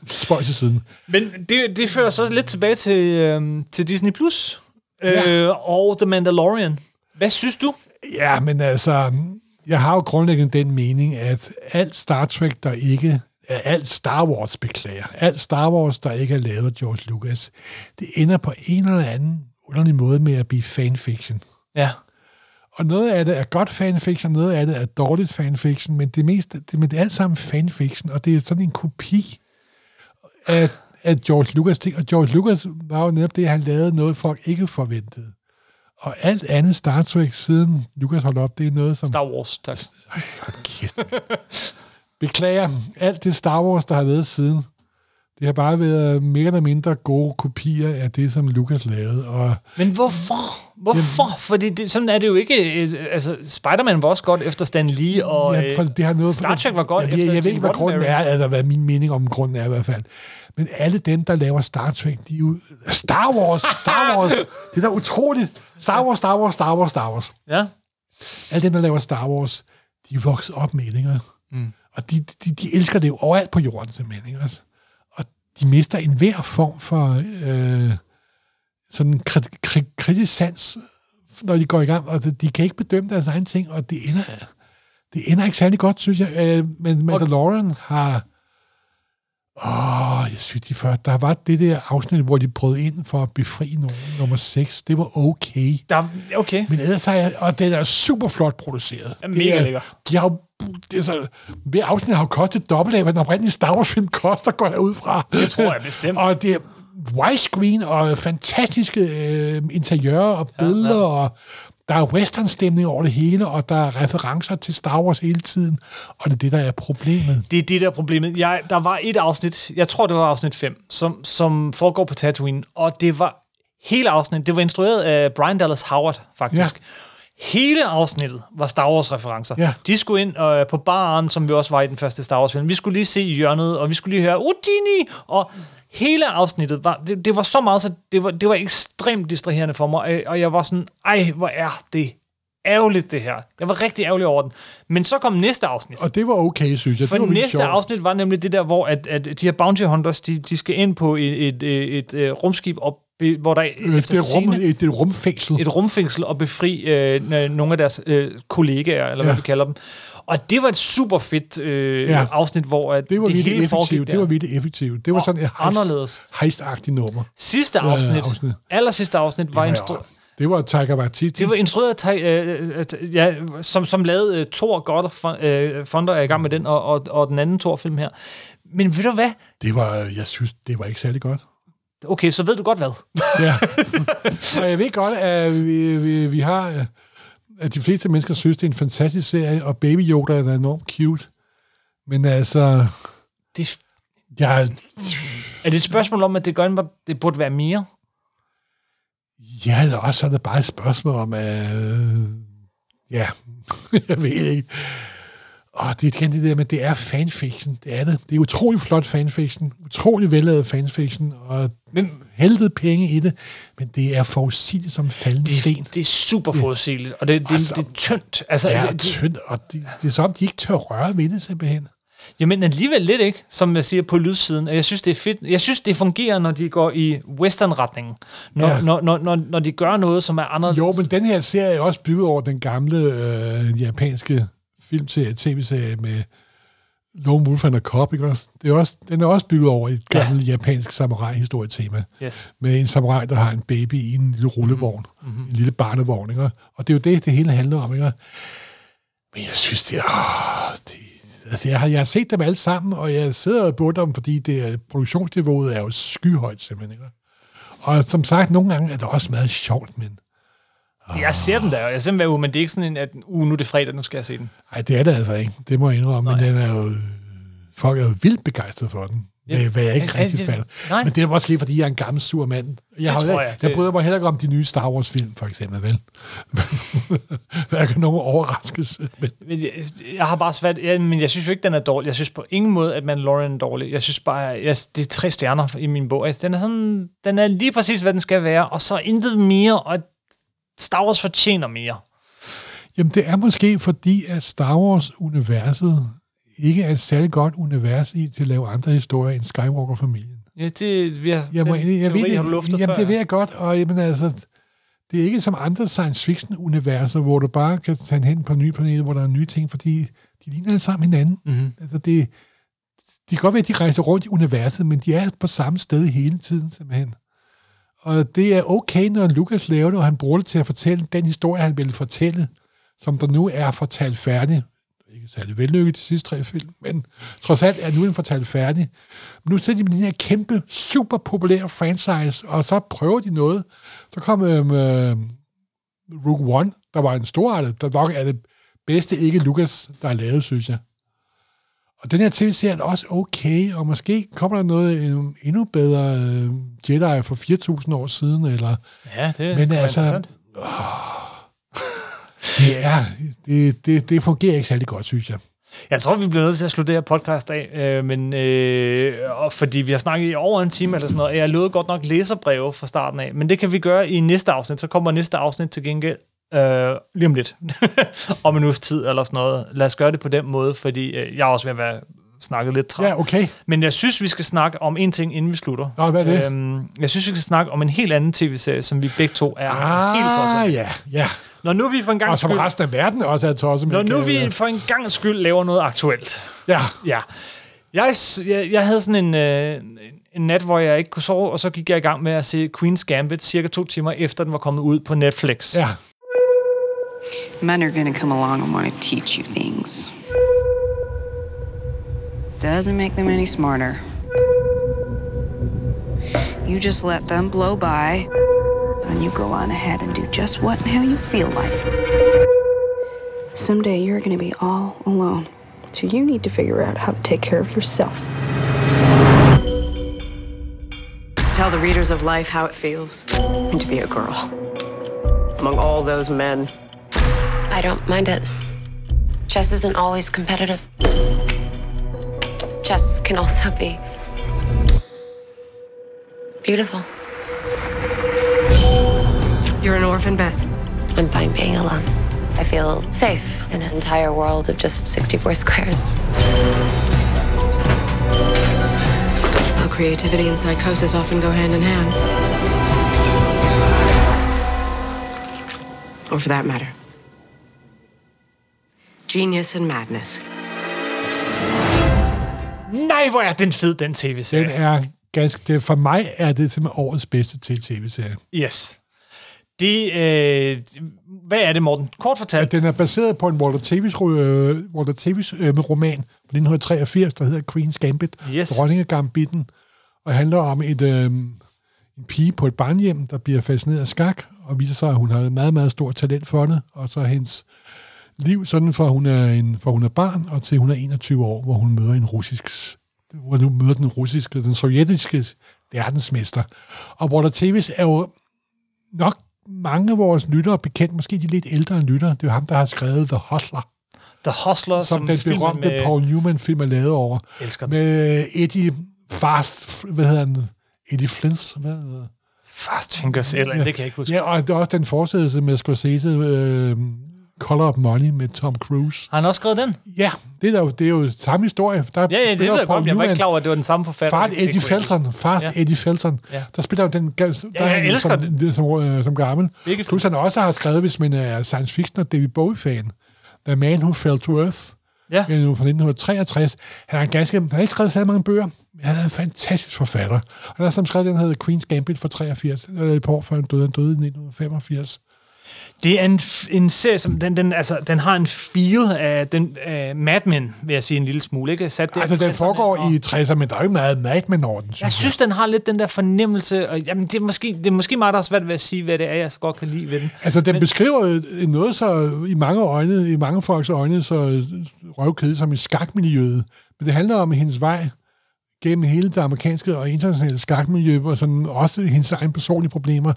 spøj til siden. Men det, det fører så lidt tilbage til, øh, til Disney+, Plus øh, og The Mandalorian. Hvad synes du? Ja, men altså, jeg har jo grundlæggende den mening, at alt Star Trek, der ikke er alt Star Wars, beklager, alt Star Wars, der ikke er lavet af George Lucas, det ender på en eller anden underlig måde med at blive fanfiction. Ja. Og noget af det er godt fanfiction, noget af det er dårligt fanfiction, men det, meste, det, men det er alt sammen fanfiction, og det er sådan en kopi af, af George Lucas ting. Og George Lucas var jo netop det, han lavede noget, folk ikke forventede. Og alt andet Star Trek siden Lucas holdt op, det er noget, som... Star Wars, tak. Hold kæft, mand. Beklager, alt det Star Wars, der har været siden, det har bare været mere eller mindre gode kopier af det, som Lucas lavede. Og Men hvorfor? Hvorfor? Fordi det, sådan er det jo ikke. øh, Altså, Spider-Man var også godt efter Stan Lee, og øh, ja, for det har noget Star Trek var godt jeg, jeg, efter jeg ved ikke, Gene hvad grunden er, Roddenberry. eller hvad min mening om grunden er i hvert fald. Men alle dem, der laver Star Trek, de er jo... Star Wars! Star Wars! det er da utroligt! Star Wars, Star Wars, Star Wars, Star Wars. Ja. Alle dem, der laver Star Wars, de er vokset op med det, ikke? Mm. Og de, de, de elsker det jo overalt på jorden, simpelthen, ikke? også? Og de mister enhver form for øh, sådan kri- kri- kritisk sans, når de går i gang, og de, de kan ikke bedømme deres egen ting, og det ender, det ender ikke særlig godt, synes jeg. Øh, men Mandalorian har... Åh, jeg synes, de før, der var det der afsnit, hvor de brød ind for at befri nogen, nummer 6. Det var okay. Der, okay. Men ellers har jeg, og den er super flot produceret. Ja, mega Det er- lækker. De har jo, det er så, hver afsnit har jo kostet dobbelt af, hvad den oprindelige Star Wars-film koster, går jeg ud fra. Det tror jeg bestemt. og det er widescreen og fantastiske øh, interiører og billeder, ja, ja. og der er western-stemning over det hele, og der er referencer til Star Wars hele tiden, og det er det, der er problemet. Det er det, der er problemet. Jeg, der var et afsnit, jeg tror, det var afsnit 5, som, som foregår på Tatooine, og det var hele afsnittet, det var instrueret af Brian Dallas Howard, faktisk. Ja. Ja. Hele afsnittet var Star Wars-referencer. Ja. De skulle ind øh, på baren, som vi også var i den første Star Wars-film. Vi skulle lige se hjørnet, og vi skulle lige høre, oh, Genie! Og hele afsnittet var, det, det var så meget, så det var, det var ekstremt distraherende for mig, øh, og jeg var sådan, ej, hvor er det ærgerligt det her. Jeg var rigtig ærgerlig over den. Men så kom næste afsnit. Og det var okay, synes jeg. For det var virkelig næste sjovt. afsnit var nemlig det der, hvor at, at de her bounty hunters, de, de skal ind på et, et, et, et øh, rumskib, op, hvor der Øh, Det er, rum, sigende- det er rumfængsel. et rumfængsel og befri øh, n- nogle af deres øh, kollegaer, eller ja. Ja. hvad vi kalder dem. Og det var et super fedt øh, Ja. ja. afsnit, hvor at Det var det virkelig hele effektivt. foregik Det var der. virkelig effektivt. Det var Og sådan et heist, anderledes. heistagtigt nummer. Sidste Ja, afsnit, ja, afsnit. afsnit. aller sidste afsnit, var, instru- Det var Tiger Waititi. det var instrueret af, Tai- øh, øh, t- ja, som, som lavede øh, Thor God of Fun- øh, Thunder, er i gang med den, og, og, og den anden Thor-film her. Men ved du hvad? det var, jeg synes, det var ikke særlig godt. Okay, så ved du godt hvad. Ja. og jeg ved godt, at vi, vi, vi har... øh, At de fleste mennesker synes, det er en fantastisk serie, og Baby Yoda er enormt cute. Men altså, Det, jeg, er det et spørgsmål om, at det, gør, en- det burde være mere? ja, eller også så er det bare et spørgsmål om, at... Ja, jeg ved ikke. Og det er igen det der med, det er fanfiction. Det er det. Det er utrolig flot fanfiction. Utrolig vellavet fanfiction. Og men heldet penge i det. Men det er forudsigeligt som faldende sten. Det, det er super forudsigeligt, og det, det, Altså- det, det er tyndt. Altså, Det er det- det- tyndt, og det, det er som om, de ikke tør røre ved det simpelthen. Jamen alligevel lidt, ikke? Som jeg siger på lydsiden. Jeg synes, det er fedt. Jeg synes, det fungerer, når de går i western-retningen. Når, Ja. ja. når, når, når, når de gør noget, som er anderledes. Jo, men den her serie er også bygget over den gamle øh, japanske filmserie, tv-serie med Lone Wolf and the Cop, ikke også? Det er også? Den er også bygget over et Ja. gammelt ja. japansk samurai-historietema. Yes. Med en samurai, der har en baby i en lille rullevogn. Mm-hmm. En lille barnevogn, ikke? Og det er jo det, det hele handler om, ikke? Men jeg synes, det er... Det, altså, jeg, har, jeg har set dem alle sammen, og jeg sidder og burde dem, fordi det, er- produktionsniveauet er jo skyhøjt, simpelthen, ikke? Og som sagt, nogle gange er det også meget sjovt, men Jeg ser dem der, og jeg er simpelthen ude, men det er ikke sådan en, at uh, nu er det fredag, nu skal jeg se den. Nej, det er det altså ikke. Det må jeg indrømme. Men den er jo, folk er jo vildt begejstrede for den. Ja. Ja. Hvad jeg ikke Ja, rigtig det- fatter. nej. Men det er også lige, fordi jeg er en gammel sur mand. Jeg, har, tror jo- jeg. jeg Det- bryder mig heller ikke om de nye Star Wars-film, for eksempel, vel? Hverken nogen overraskelse. Men Men jeg, jeg har bare svært... Ja, men jeg synes jo ikke, den er dårlig. Jeg synes på ingen måde, at Mandalorian er dårlig. Jeg synes bare, jeg, det er tre stjerner i min bog. Altså, den, er sådan, den er lige præcis, hvad den skal være, og så intet mere, og Star Wars fortjener mere. Jamen, det er måske fordi, at Star Wars-universet ikke er et særlig godt univers i til at lave andre historier end Skywalker-familien. Ja, det, vi har, Jeg, må, den jeg, jeg teori ved det, har du luftet jamen, før. det ved jeg godt, og jamen, altså, det er ikke som andre science fiction-universer, hvor du bare kan tage hen på nye planeter, hvor der er nye ting, fordi de ligner alle sammen hinanden. Mhm. Mm-hmm. Altså, det, de kan godt være, at de rejser rundt i universet, men de er på samme sted hele tiden, simpelthen. Og det er okay, når Lucas laver det, og han bruger det til at fortælle den historie, han ville fortælle, som der nu er fortalt færdig. Ikke særlig vellykket de sidste tre film, men trods alt er nu den fortalt færdig. Men nu sidder de med den her kæmpe, super populære franchise, og så prøver de noget. Så kom øhm, øh, Rogue One, der var en stor der nok er det bedste ikke Lucas, der er lavet, synes jeg. Og den her tv-serie er også okay, og måske kommer der noget øh, endnu bedre øh, Jedi for 4.000 år siden, eller Ja, det Men kunne være altså- interessant. ja, det, det, det fungerer ikke særlig godt, synes jeg. Jeg tror, vi bliver nødt til at slutte det her podcast af, øh, men, øh, og fordi vi har snakket i over en time eller sådan noget. Jeg lovede godt nok læserbreve fra starten af, men det kan vi gøre i næste afsnit. Så kommer næste afsnit til gengæld øh, lige om lidt. om en uges tid eller sådan noget. Lad os gøre det på den måde, fordi øh, jeg er også ved at være snakket lidt træt. Ja, okay. Men jeg synes, vi skal snakke om en ting, inden vi slutter. Nå, hvad er det? Øhm, jeg synes, vi skal snakke om en helt anden tv-serie, som vi begge to er helt tosset. Ah, ja, ja. Når nu vi for en gang Og som skyld, resten af verden også er tosset med. når nu kan- vi for en gang skyld laver noget aktuelt. Ja, Ja. Jeg, s- jeg, jeg havde sådan en, øh, en- en nat, hvor jeg ikke kunne sove, og så gik jeg i gang med at se Queen's Gambit cirka to timer efter, den var kommet ud på Netflix. ja. Men are gonna come along and wanna teach you things. Doesn't make them any smarter. You just let them blow by, and you go on ahead and do just what and how you feel like. Someday you're gonna be all alone, so you need to figure out how to take care of yourself. Tell the readers of life how it feels to be a girl among all those men. I don't mind it. Chess isn't always competitive. Chess can also be Beautiful. You're an orphan, Beth. I'm fine being alone. I feel safe in an entire world of just 64 squares. How creativity and psychosis often go hand in hand. Or for that matter, genius and madness. Nej, hvor er den fed, den tv-serie. Den er ganske... Det, for mig er det simpelthen årets bedste til tv-serie. Yes. Det, øh, hvad er det, Morten? Kort fortalt. At den er baseret på en Walter Tevis, øh, Walter Tevis øh, roman fra 1983, der hedder Queen's Gambit, Yes. Dronningegambitten, og handler om et, øh, en pige på et barnhjem, der bliver fascineret af skak, og viser sig, at hun har et meget, meget stort talent for det, og så hendes liv, sådan fra hun er, en, fra hun er barn og til hun er 21 år, hvor hun møder en russisk, hvor hun møder den russiske, den sovjetiske verdensmester. Og Walter Tevis er jo nok mange af vores lyttere bekendt, måske de lidt ældre lyttere, det er jo ham, der har skrevet The Hustler, The Hustler, som, som, som den filmen berømte med... Paul Newman-film er lavet over. Elsker den. Med Eddie Fast, hvad hedder han? Eddie Flint's, hvad hedder han? Fast Fingers, eller ja. det kan jeg ikke huske. Ja, og det er også den fortsættelse med Scorsese, øh, Color of Money med Tom Cruise. Har han også skrevet den? Ja, det er, jo, det er jo samme historie. Der Ja, ja, det ved jeg godt. Jeg var ikke klar over, at det var den samme forfatter. Fart Det kunne jeg Eddie ikke. Felsen, fast Ja. ja. Eddie Felsen, Ja. ja. der spiller jo den ga- der Ja, jeg er en, elsker som, det. Som, øh, som gammel. Hvilket Plus han også har skrevet, hvis man er science fiction og David Bowie-fan, The Man Who Fell to Earth, Ja. men jo Øh, fra 1963. Han har, en ganske, han har ikke skrevet så mange bøger, men han er en fantastisk forfatter. Han har som skrevet den, der hedder Queen's Gambit fra 83, eller et par år før han døde. Han døde i 1985. Det er en, f- en serie, som den, den, altså, den har en feel af den, uh, Mad Men, vil jeg sige en lille smule. Ikke? Sat der i Altså, den 60'erne, foregår og- i 60'erne, men der er jo ikke meget mad med over den, Jeg synes, den har lidt den der fornemmelse, og jamen, det, er måske, det er måske mig, der har svært ved at sige, hvad det er, jeg så godt kan lide ved den. Altså, den men... beskriver øh, noget så i mange øjne, i mange folks øjne, så øh, røvkedeligt som i skakmiljøet. Men det handler om hendes vej gennem hele det amerikanske og internationale skakmiljø, og sådan også hendes egne personlige problemer.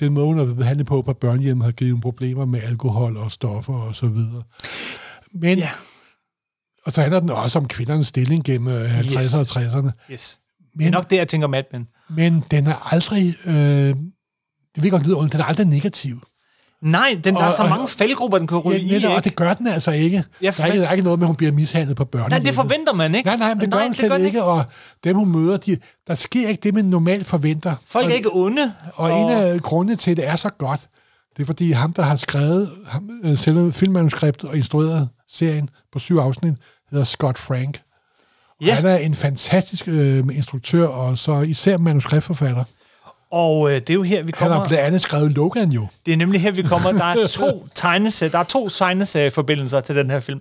Den måde, hun har været behandlet på på børnehjemmet, har givet hende problemer med alkohol og stoffer og så videre. Men, Ja. ja. og så handler den også om kvindernes stilling gennem øh, 50'erne og 60'erne. Yes. Men, det er Men- nok det, jeg tænker Mad Men. Men den er aldrig, øh, det vil godt lyde ondt, den er aldrig negativ. Nej, den, der og, Og- er så og- mange faldgrupper, den kan ryge Ja, i. netop, og Ikke? det gør den altså ikke. Ja, Ja, for der, er ikke, man- der er ikke noget med, at hun bliver mishandlet på børnene. Nej, det forventer man ikke. Nej, nej, men det gør hun slet ikke, ikke. ikke, og dem hun møder, de, der sker ikke det, man normalt forventer. Folk og, er ikke onde. Og en af grundene til, at det er så godt, det er fordi ham, der har skrevet ham, øh, selve filmmanuskriptet og instrueret serien på syv afsnit, hedder Scott Frank. Ja. Ja. Han er en fantastisk øh, instruktør, og så især manuskriptforfatter. og øh, det er jo her, vi Han kommer... har blandt andet skrevet Logan jo. Det er nemlig her, vi kommer. Der er to tegneserier, der er to tegneserieforbindelser til den her film.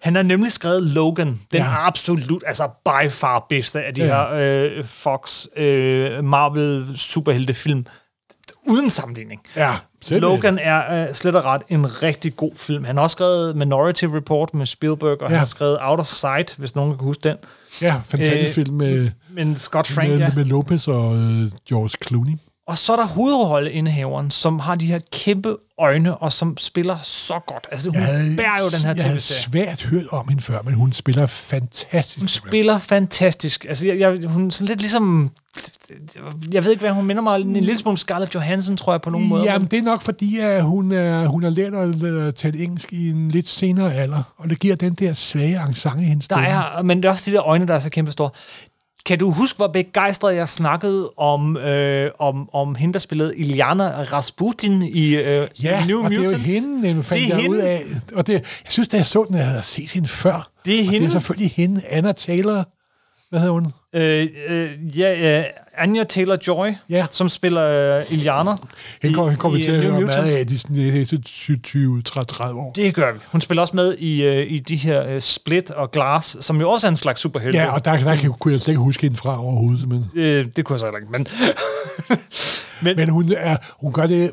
Han har nemlig skrevet Logan. Den ja. Ja. absolut, altså by far bedste af de ja. Ja. her øh, Fox, øh, Marvel superheltefilm. Uden sammenligning. Ja, Logan er øh, slet og ret en rigtig god film. Han har også skrevet Minority Report med Spielberg, og ja. han Ja. har skrevet Out of Sight, hvis nogen kan huske den. Ja, fantastisk Øh, øh, film med... Men Scott Frank, med, ja. med Lopez og øh, George Clooney. Og så er der hovedrolleindehaveren, som har de her kæmpe øjne, og som spiller så godt. Altså, hun bærer jo den her jeg havde tv-serie. svært hørt om hende før, men hun spiller fantastisk. Hun spiller fantastisk. Altså, jeg, jeg, hun er sådan lidt ligesom... Jeg ved ikke, hvad hun minder mig om. En lille smule om Scarlett Johansson, tror jeg, på nogen måde. Jamen, det er nok fordi, at hun, er, hun har lært at øh, tale engelsk i en lidt senere alder, og det giver den der svage accent i hendes der stemme. er, men det er også de der øjne, der er så kæmpe store. Kan du huske, hvor begejstret jeg snakkede om, øh, om, om hende, der spillede Iliana Rasputin i øh, Ja, New og Mutants? det er jo hende, nemlig, fandt Det er jeg hende. ud af. Og det, jeg synes, da jeg så den, at jeg havde set hende før. Det er og hende. det er selvfølgelig hende, Anna Taylor. Hvad hedder hun? Øh, øh, ja, øh, Anya Taylor-Joy, Ja. som spiller øh, Iliana. Hende kommer, hende kommer vi i, til øh, at New høre Mutants. meget af de næste 20-30 år. Det gør vi. Hun spiller også med i, øh, i de her øh, Split og Glass, som jo også er en slags superhelte. Ja, og der, der kan- kunne jeg slet ikke huske hende fra overhovedet. Men, øh, det kunne jeg så heller ikke, men... men, men men hun, er, hun gør det...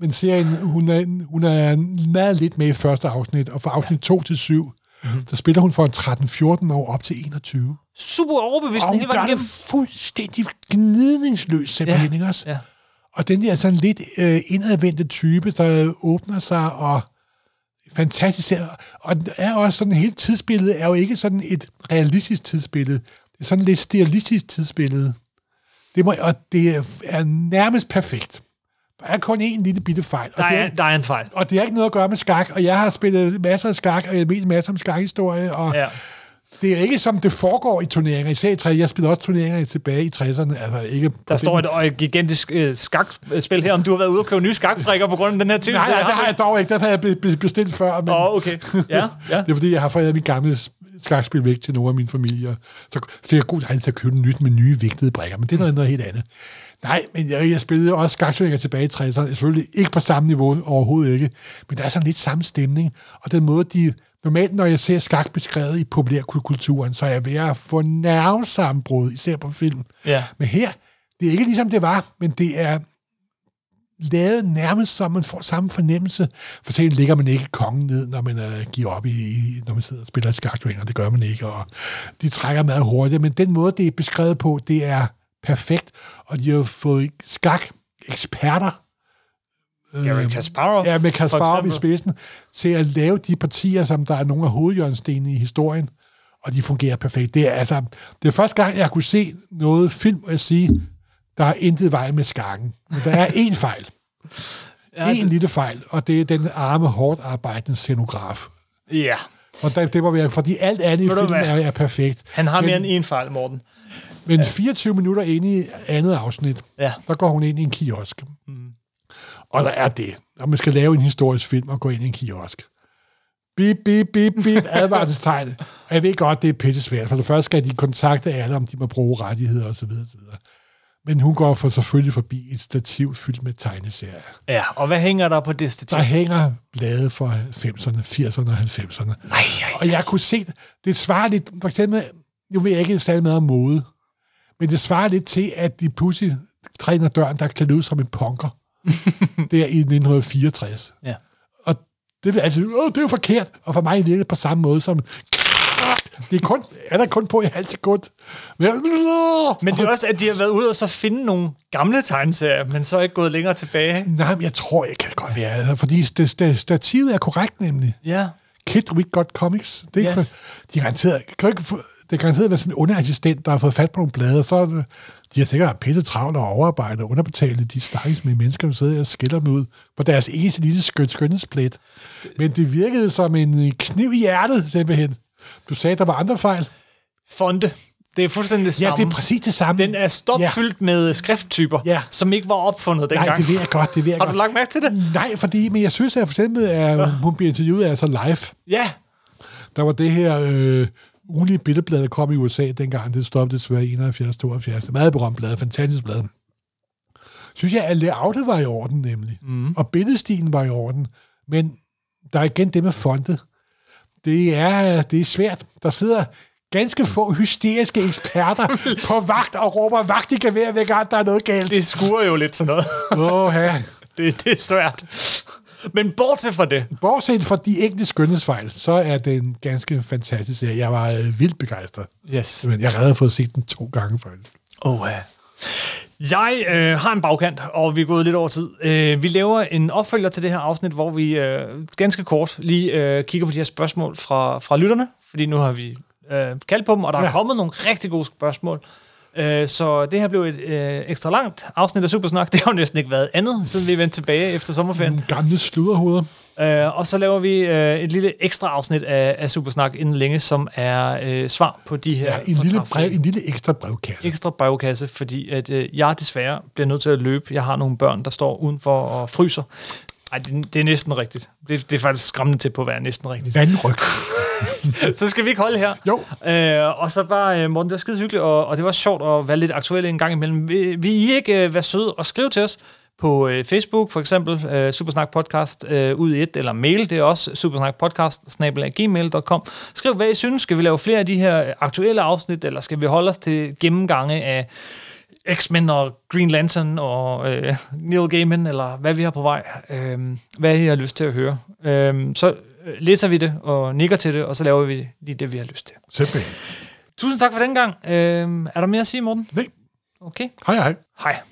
Men serien, hun er, hun er meget lidt med i første afsnit, og fra afsnit 2 til 7, mm-hmm. der spiller hun fra 13-14 år op til 21. super overbevisende Og hele hun gør vejen det igennem. fuldstændig gnidningsløst, simpelthen, ikke også? ja. Og den der sådan lidt øh, indadvendte type, der åbner sig og fantastisk ser. Og den er også sådan, hele tidsbilledet er jo ikke sådan et realistisk tidsbillede. Det er sådan lidt stilistisk tidsbillede. Det må, og det er nærmest perfekt. Der er kun én lille bitte fejl. Der og det er, der er en fejl. og det har ikke noget at gøre med skak, og jeg har spillet masser af skak, og jeg ved masser om skakhistorie, og Ja. det er ikke som det foregår i turneringer, især i 3. Jeg spillede også turneringer tilbage i 60'erne, altså ikke... på Der den- står et, og et gigantisk øh, skakspil her, om du har været ude og købe nye skakbrikker på grund af den her ting. Nej, nej, det har jeg dog ikke. Den har jeg be- be- bestilt før. Men Åh, okay. Ja, ja. det er fordi, jeg har fået mit gamle s- skakspil væk til nogle af mine familier. Så, så jeg er god lejlighed til at købe noget nyt med nye vægtede brikker, men det er Mm. noget, noget helt andet. Nej, men jeg, jeg spillede også skakspillinger tilbage i 60'erne. Selvfølgelig ikke på samme niveau, overhovedet ikke. Men der er sådan lidt samme stemning. Og den måde, de... Normalt, når jeg ser skak beskrevet i populærkulturen, så er jeg ved at få nervesammenbrud, især på film. Ja. Men her, det er ikke ligesom det var, men det er lavet nærmest som man får samme fornemmelse. For eksempel ligger man ikke kongen ned, når man øh, giver op, i, i- når man sidder og spiller skakspil, og det gør man ikke. Og de trækker meget hurtigt, men den måde, det er beskrevet på, det er perfekt. Og de har fået skak-eksperter, øh, Gary Kasparov. ja, med Kasparov i eksempel. spidsen, til at lave de partier, som der er nogle af hovedjørnstenene i historien, og de fungerer perfekt. Det er, altså, det er første gang, jeg kunne se noget film og sige, der er intet vej med skakken. Men der er én fejl. Ja, en lille fejl, og det er den arme, hårdt arbejdende scenograf. Ja. Og der, det må være, fordi alt andet i Ved du filmen er, hvad? er perfekt. Han har mere men, end en fejl, Morten. Men 24 minutter inde i andet afsnit, Ja. der går hun ind i en kiosk. Mm. Og der er det. Når man skal lave en historisk film og gå ind i en kiosk. Bip, bip, bip, bip, advarselstegn. Og jeg ved godt, det er pisse svært, for det første skal de kontakte alle, om de må bruge rettigheder osv. videre. Men hun går for selvfølgelig forbi et stativ fyldt med tegneserier. Ja, og hvad hænger der på det stativ? Der hænger blade fra 90'erne, 80'erne og 90'erne. Og jeg kunne se, det svarer lidt, for eksempel, nu ved jeg ikke særlig meget om mode, men det svarer lidt til, at de pludselig træner døren, der er klædt ud som en punker. der i 1964. Ja. Og det er altså, Åh, det er jo forkert. Og for mig virker det på samme måde som... Det er, kun, er der kun på i halv sekund. Men, Men det er også, at de har været ude og så finde nogle gamle tegneserier, men så er ikke gået længere tilbage. ikke? Nej, men jeg tror ikke, det kan godt være. Fordi st- st- stativet er korrekt nemlig. Ja. Kid We Got Comics. Det er Yes. yes. de er garanteret, kan du ikke få, det er garanteret være sådan en underassistent, der har fået fat på nogle blade, så er det- de har sikkert haft pisse travlt og overarbejdet og underbetalt de stakkels med mennesker, der sidder og skiller dem ud på deres eneste lille skøn, skønhedsplet. Men det virkede som en kniv i hjertet, simpelthen. Du sagde, der var andre fejl. Fonde. Det er fuldstændig det Ja, samme. det er præcis det samme. Den er stopfyldt ja. med skrifttyper, Ja. som ikke var opfundet dengang. Nej, det ved jeg godt, det ved jeg Har du godt. lagt mærke til det? Nej, fordi, men jeg synes, at for eksempel, at hun bliver interviewet altså live. Ja. Der var det her øh, ugenlige billedblad, der kom i USA dengang. Det stoppede desværre i 71-72. Meget berømt blad, fantastisk blad. Synes jeg, at layoutet var i orden nemlig. Mm. Og billedstilen var i orden. Men der er igen det med fonte. Det er, det er svært. Der sidder ganske få hysteriske eksperter på vagt og råber vagt i gevær, hver gang der er noget galt. Det skuer jo lidt sådan noget. Åh, ja. det, det er svært. Men bortset fra det. Bortset fra de enkelte skønhedsfejl, så er den en ganske fantastisk serie. Jeg var øh, vildt begejstret. Yes. Men jeg havde fået set den to gange faktisk. Oh, ja. Jeg øh, har en bagkant, og vi er gået lidt over tid. Øh, vi laver en opfølger til det her afsnit, hvor vi øh, ganske kort lige øh, kigger på de her spørgsmål fra, fra lytterne, fordi nu har vi øh, kaldt på dem, og der ja. er Ja. kommet nogle rigtig gode spørgsmål. Øh, så det her blev et øh, ekstra langt afsnit af Supersnak. Det har jo næsten ikke været andet, siden vi vendte tilbage efter sommerferien. Nogle gamle sludderhoveder. Øh, og så laver vi øh, et lille ekstra afsnit af, af Supersnak inden længe, som er øh, svar på de her... Ja, en, lille brev, fortræffelige- en lille ekstra brevkasse. ekstra brevkasse, fordi at, øh, jeg desværre bliver nødt til at løbe. Jeg har nogle børn, der står udenfor og fryser. Ej, det, det er næsten rigtigt. Det, det er faktisk skræmmende til på at være næsten rigtigt. Vandryg. så skal vi ikke holde her. Jo. Øh, og så bare, øh, Morten, det var skide hyggeligt, og, og det var sjovt at være lidt aktuelle en gang imellem. Vil, vil I ikke øh, være søde og skrive til os på øh, Facebook, for eksempel øh, Supersnak Podcast øh, ud i et, eller mail, det er også supersnakpodcast.gmail.com. Skriv, hvad I synes. Skal vi lave flere af de her øh, aktuelle afsnit, eller skal vi holde os til gennemgange af X-Men og Green Lantern og øh, Neil Gaiman, eller hvad vi har på vej, øh, hvad I har lyst til at høre. Øh, så øh, læser vi det og nikker til det, og så laver vi lige det, vi har lyst til. Simpelthen. Tusind tak for den gang. Øh, er der mere at sige, Morten? Nej. Okay. Hej, hej. Hej.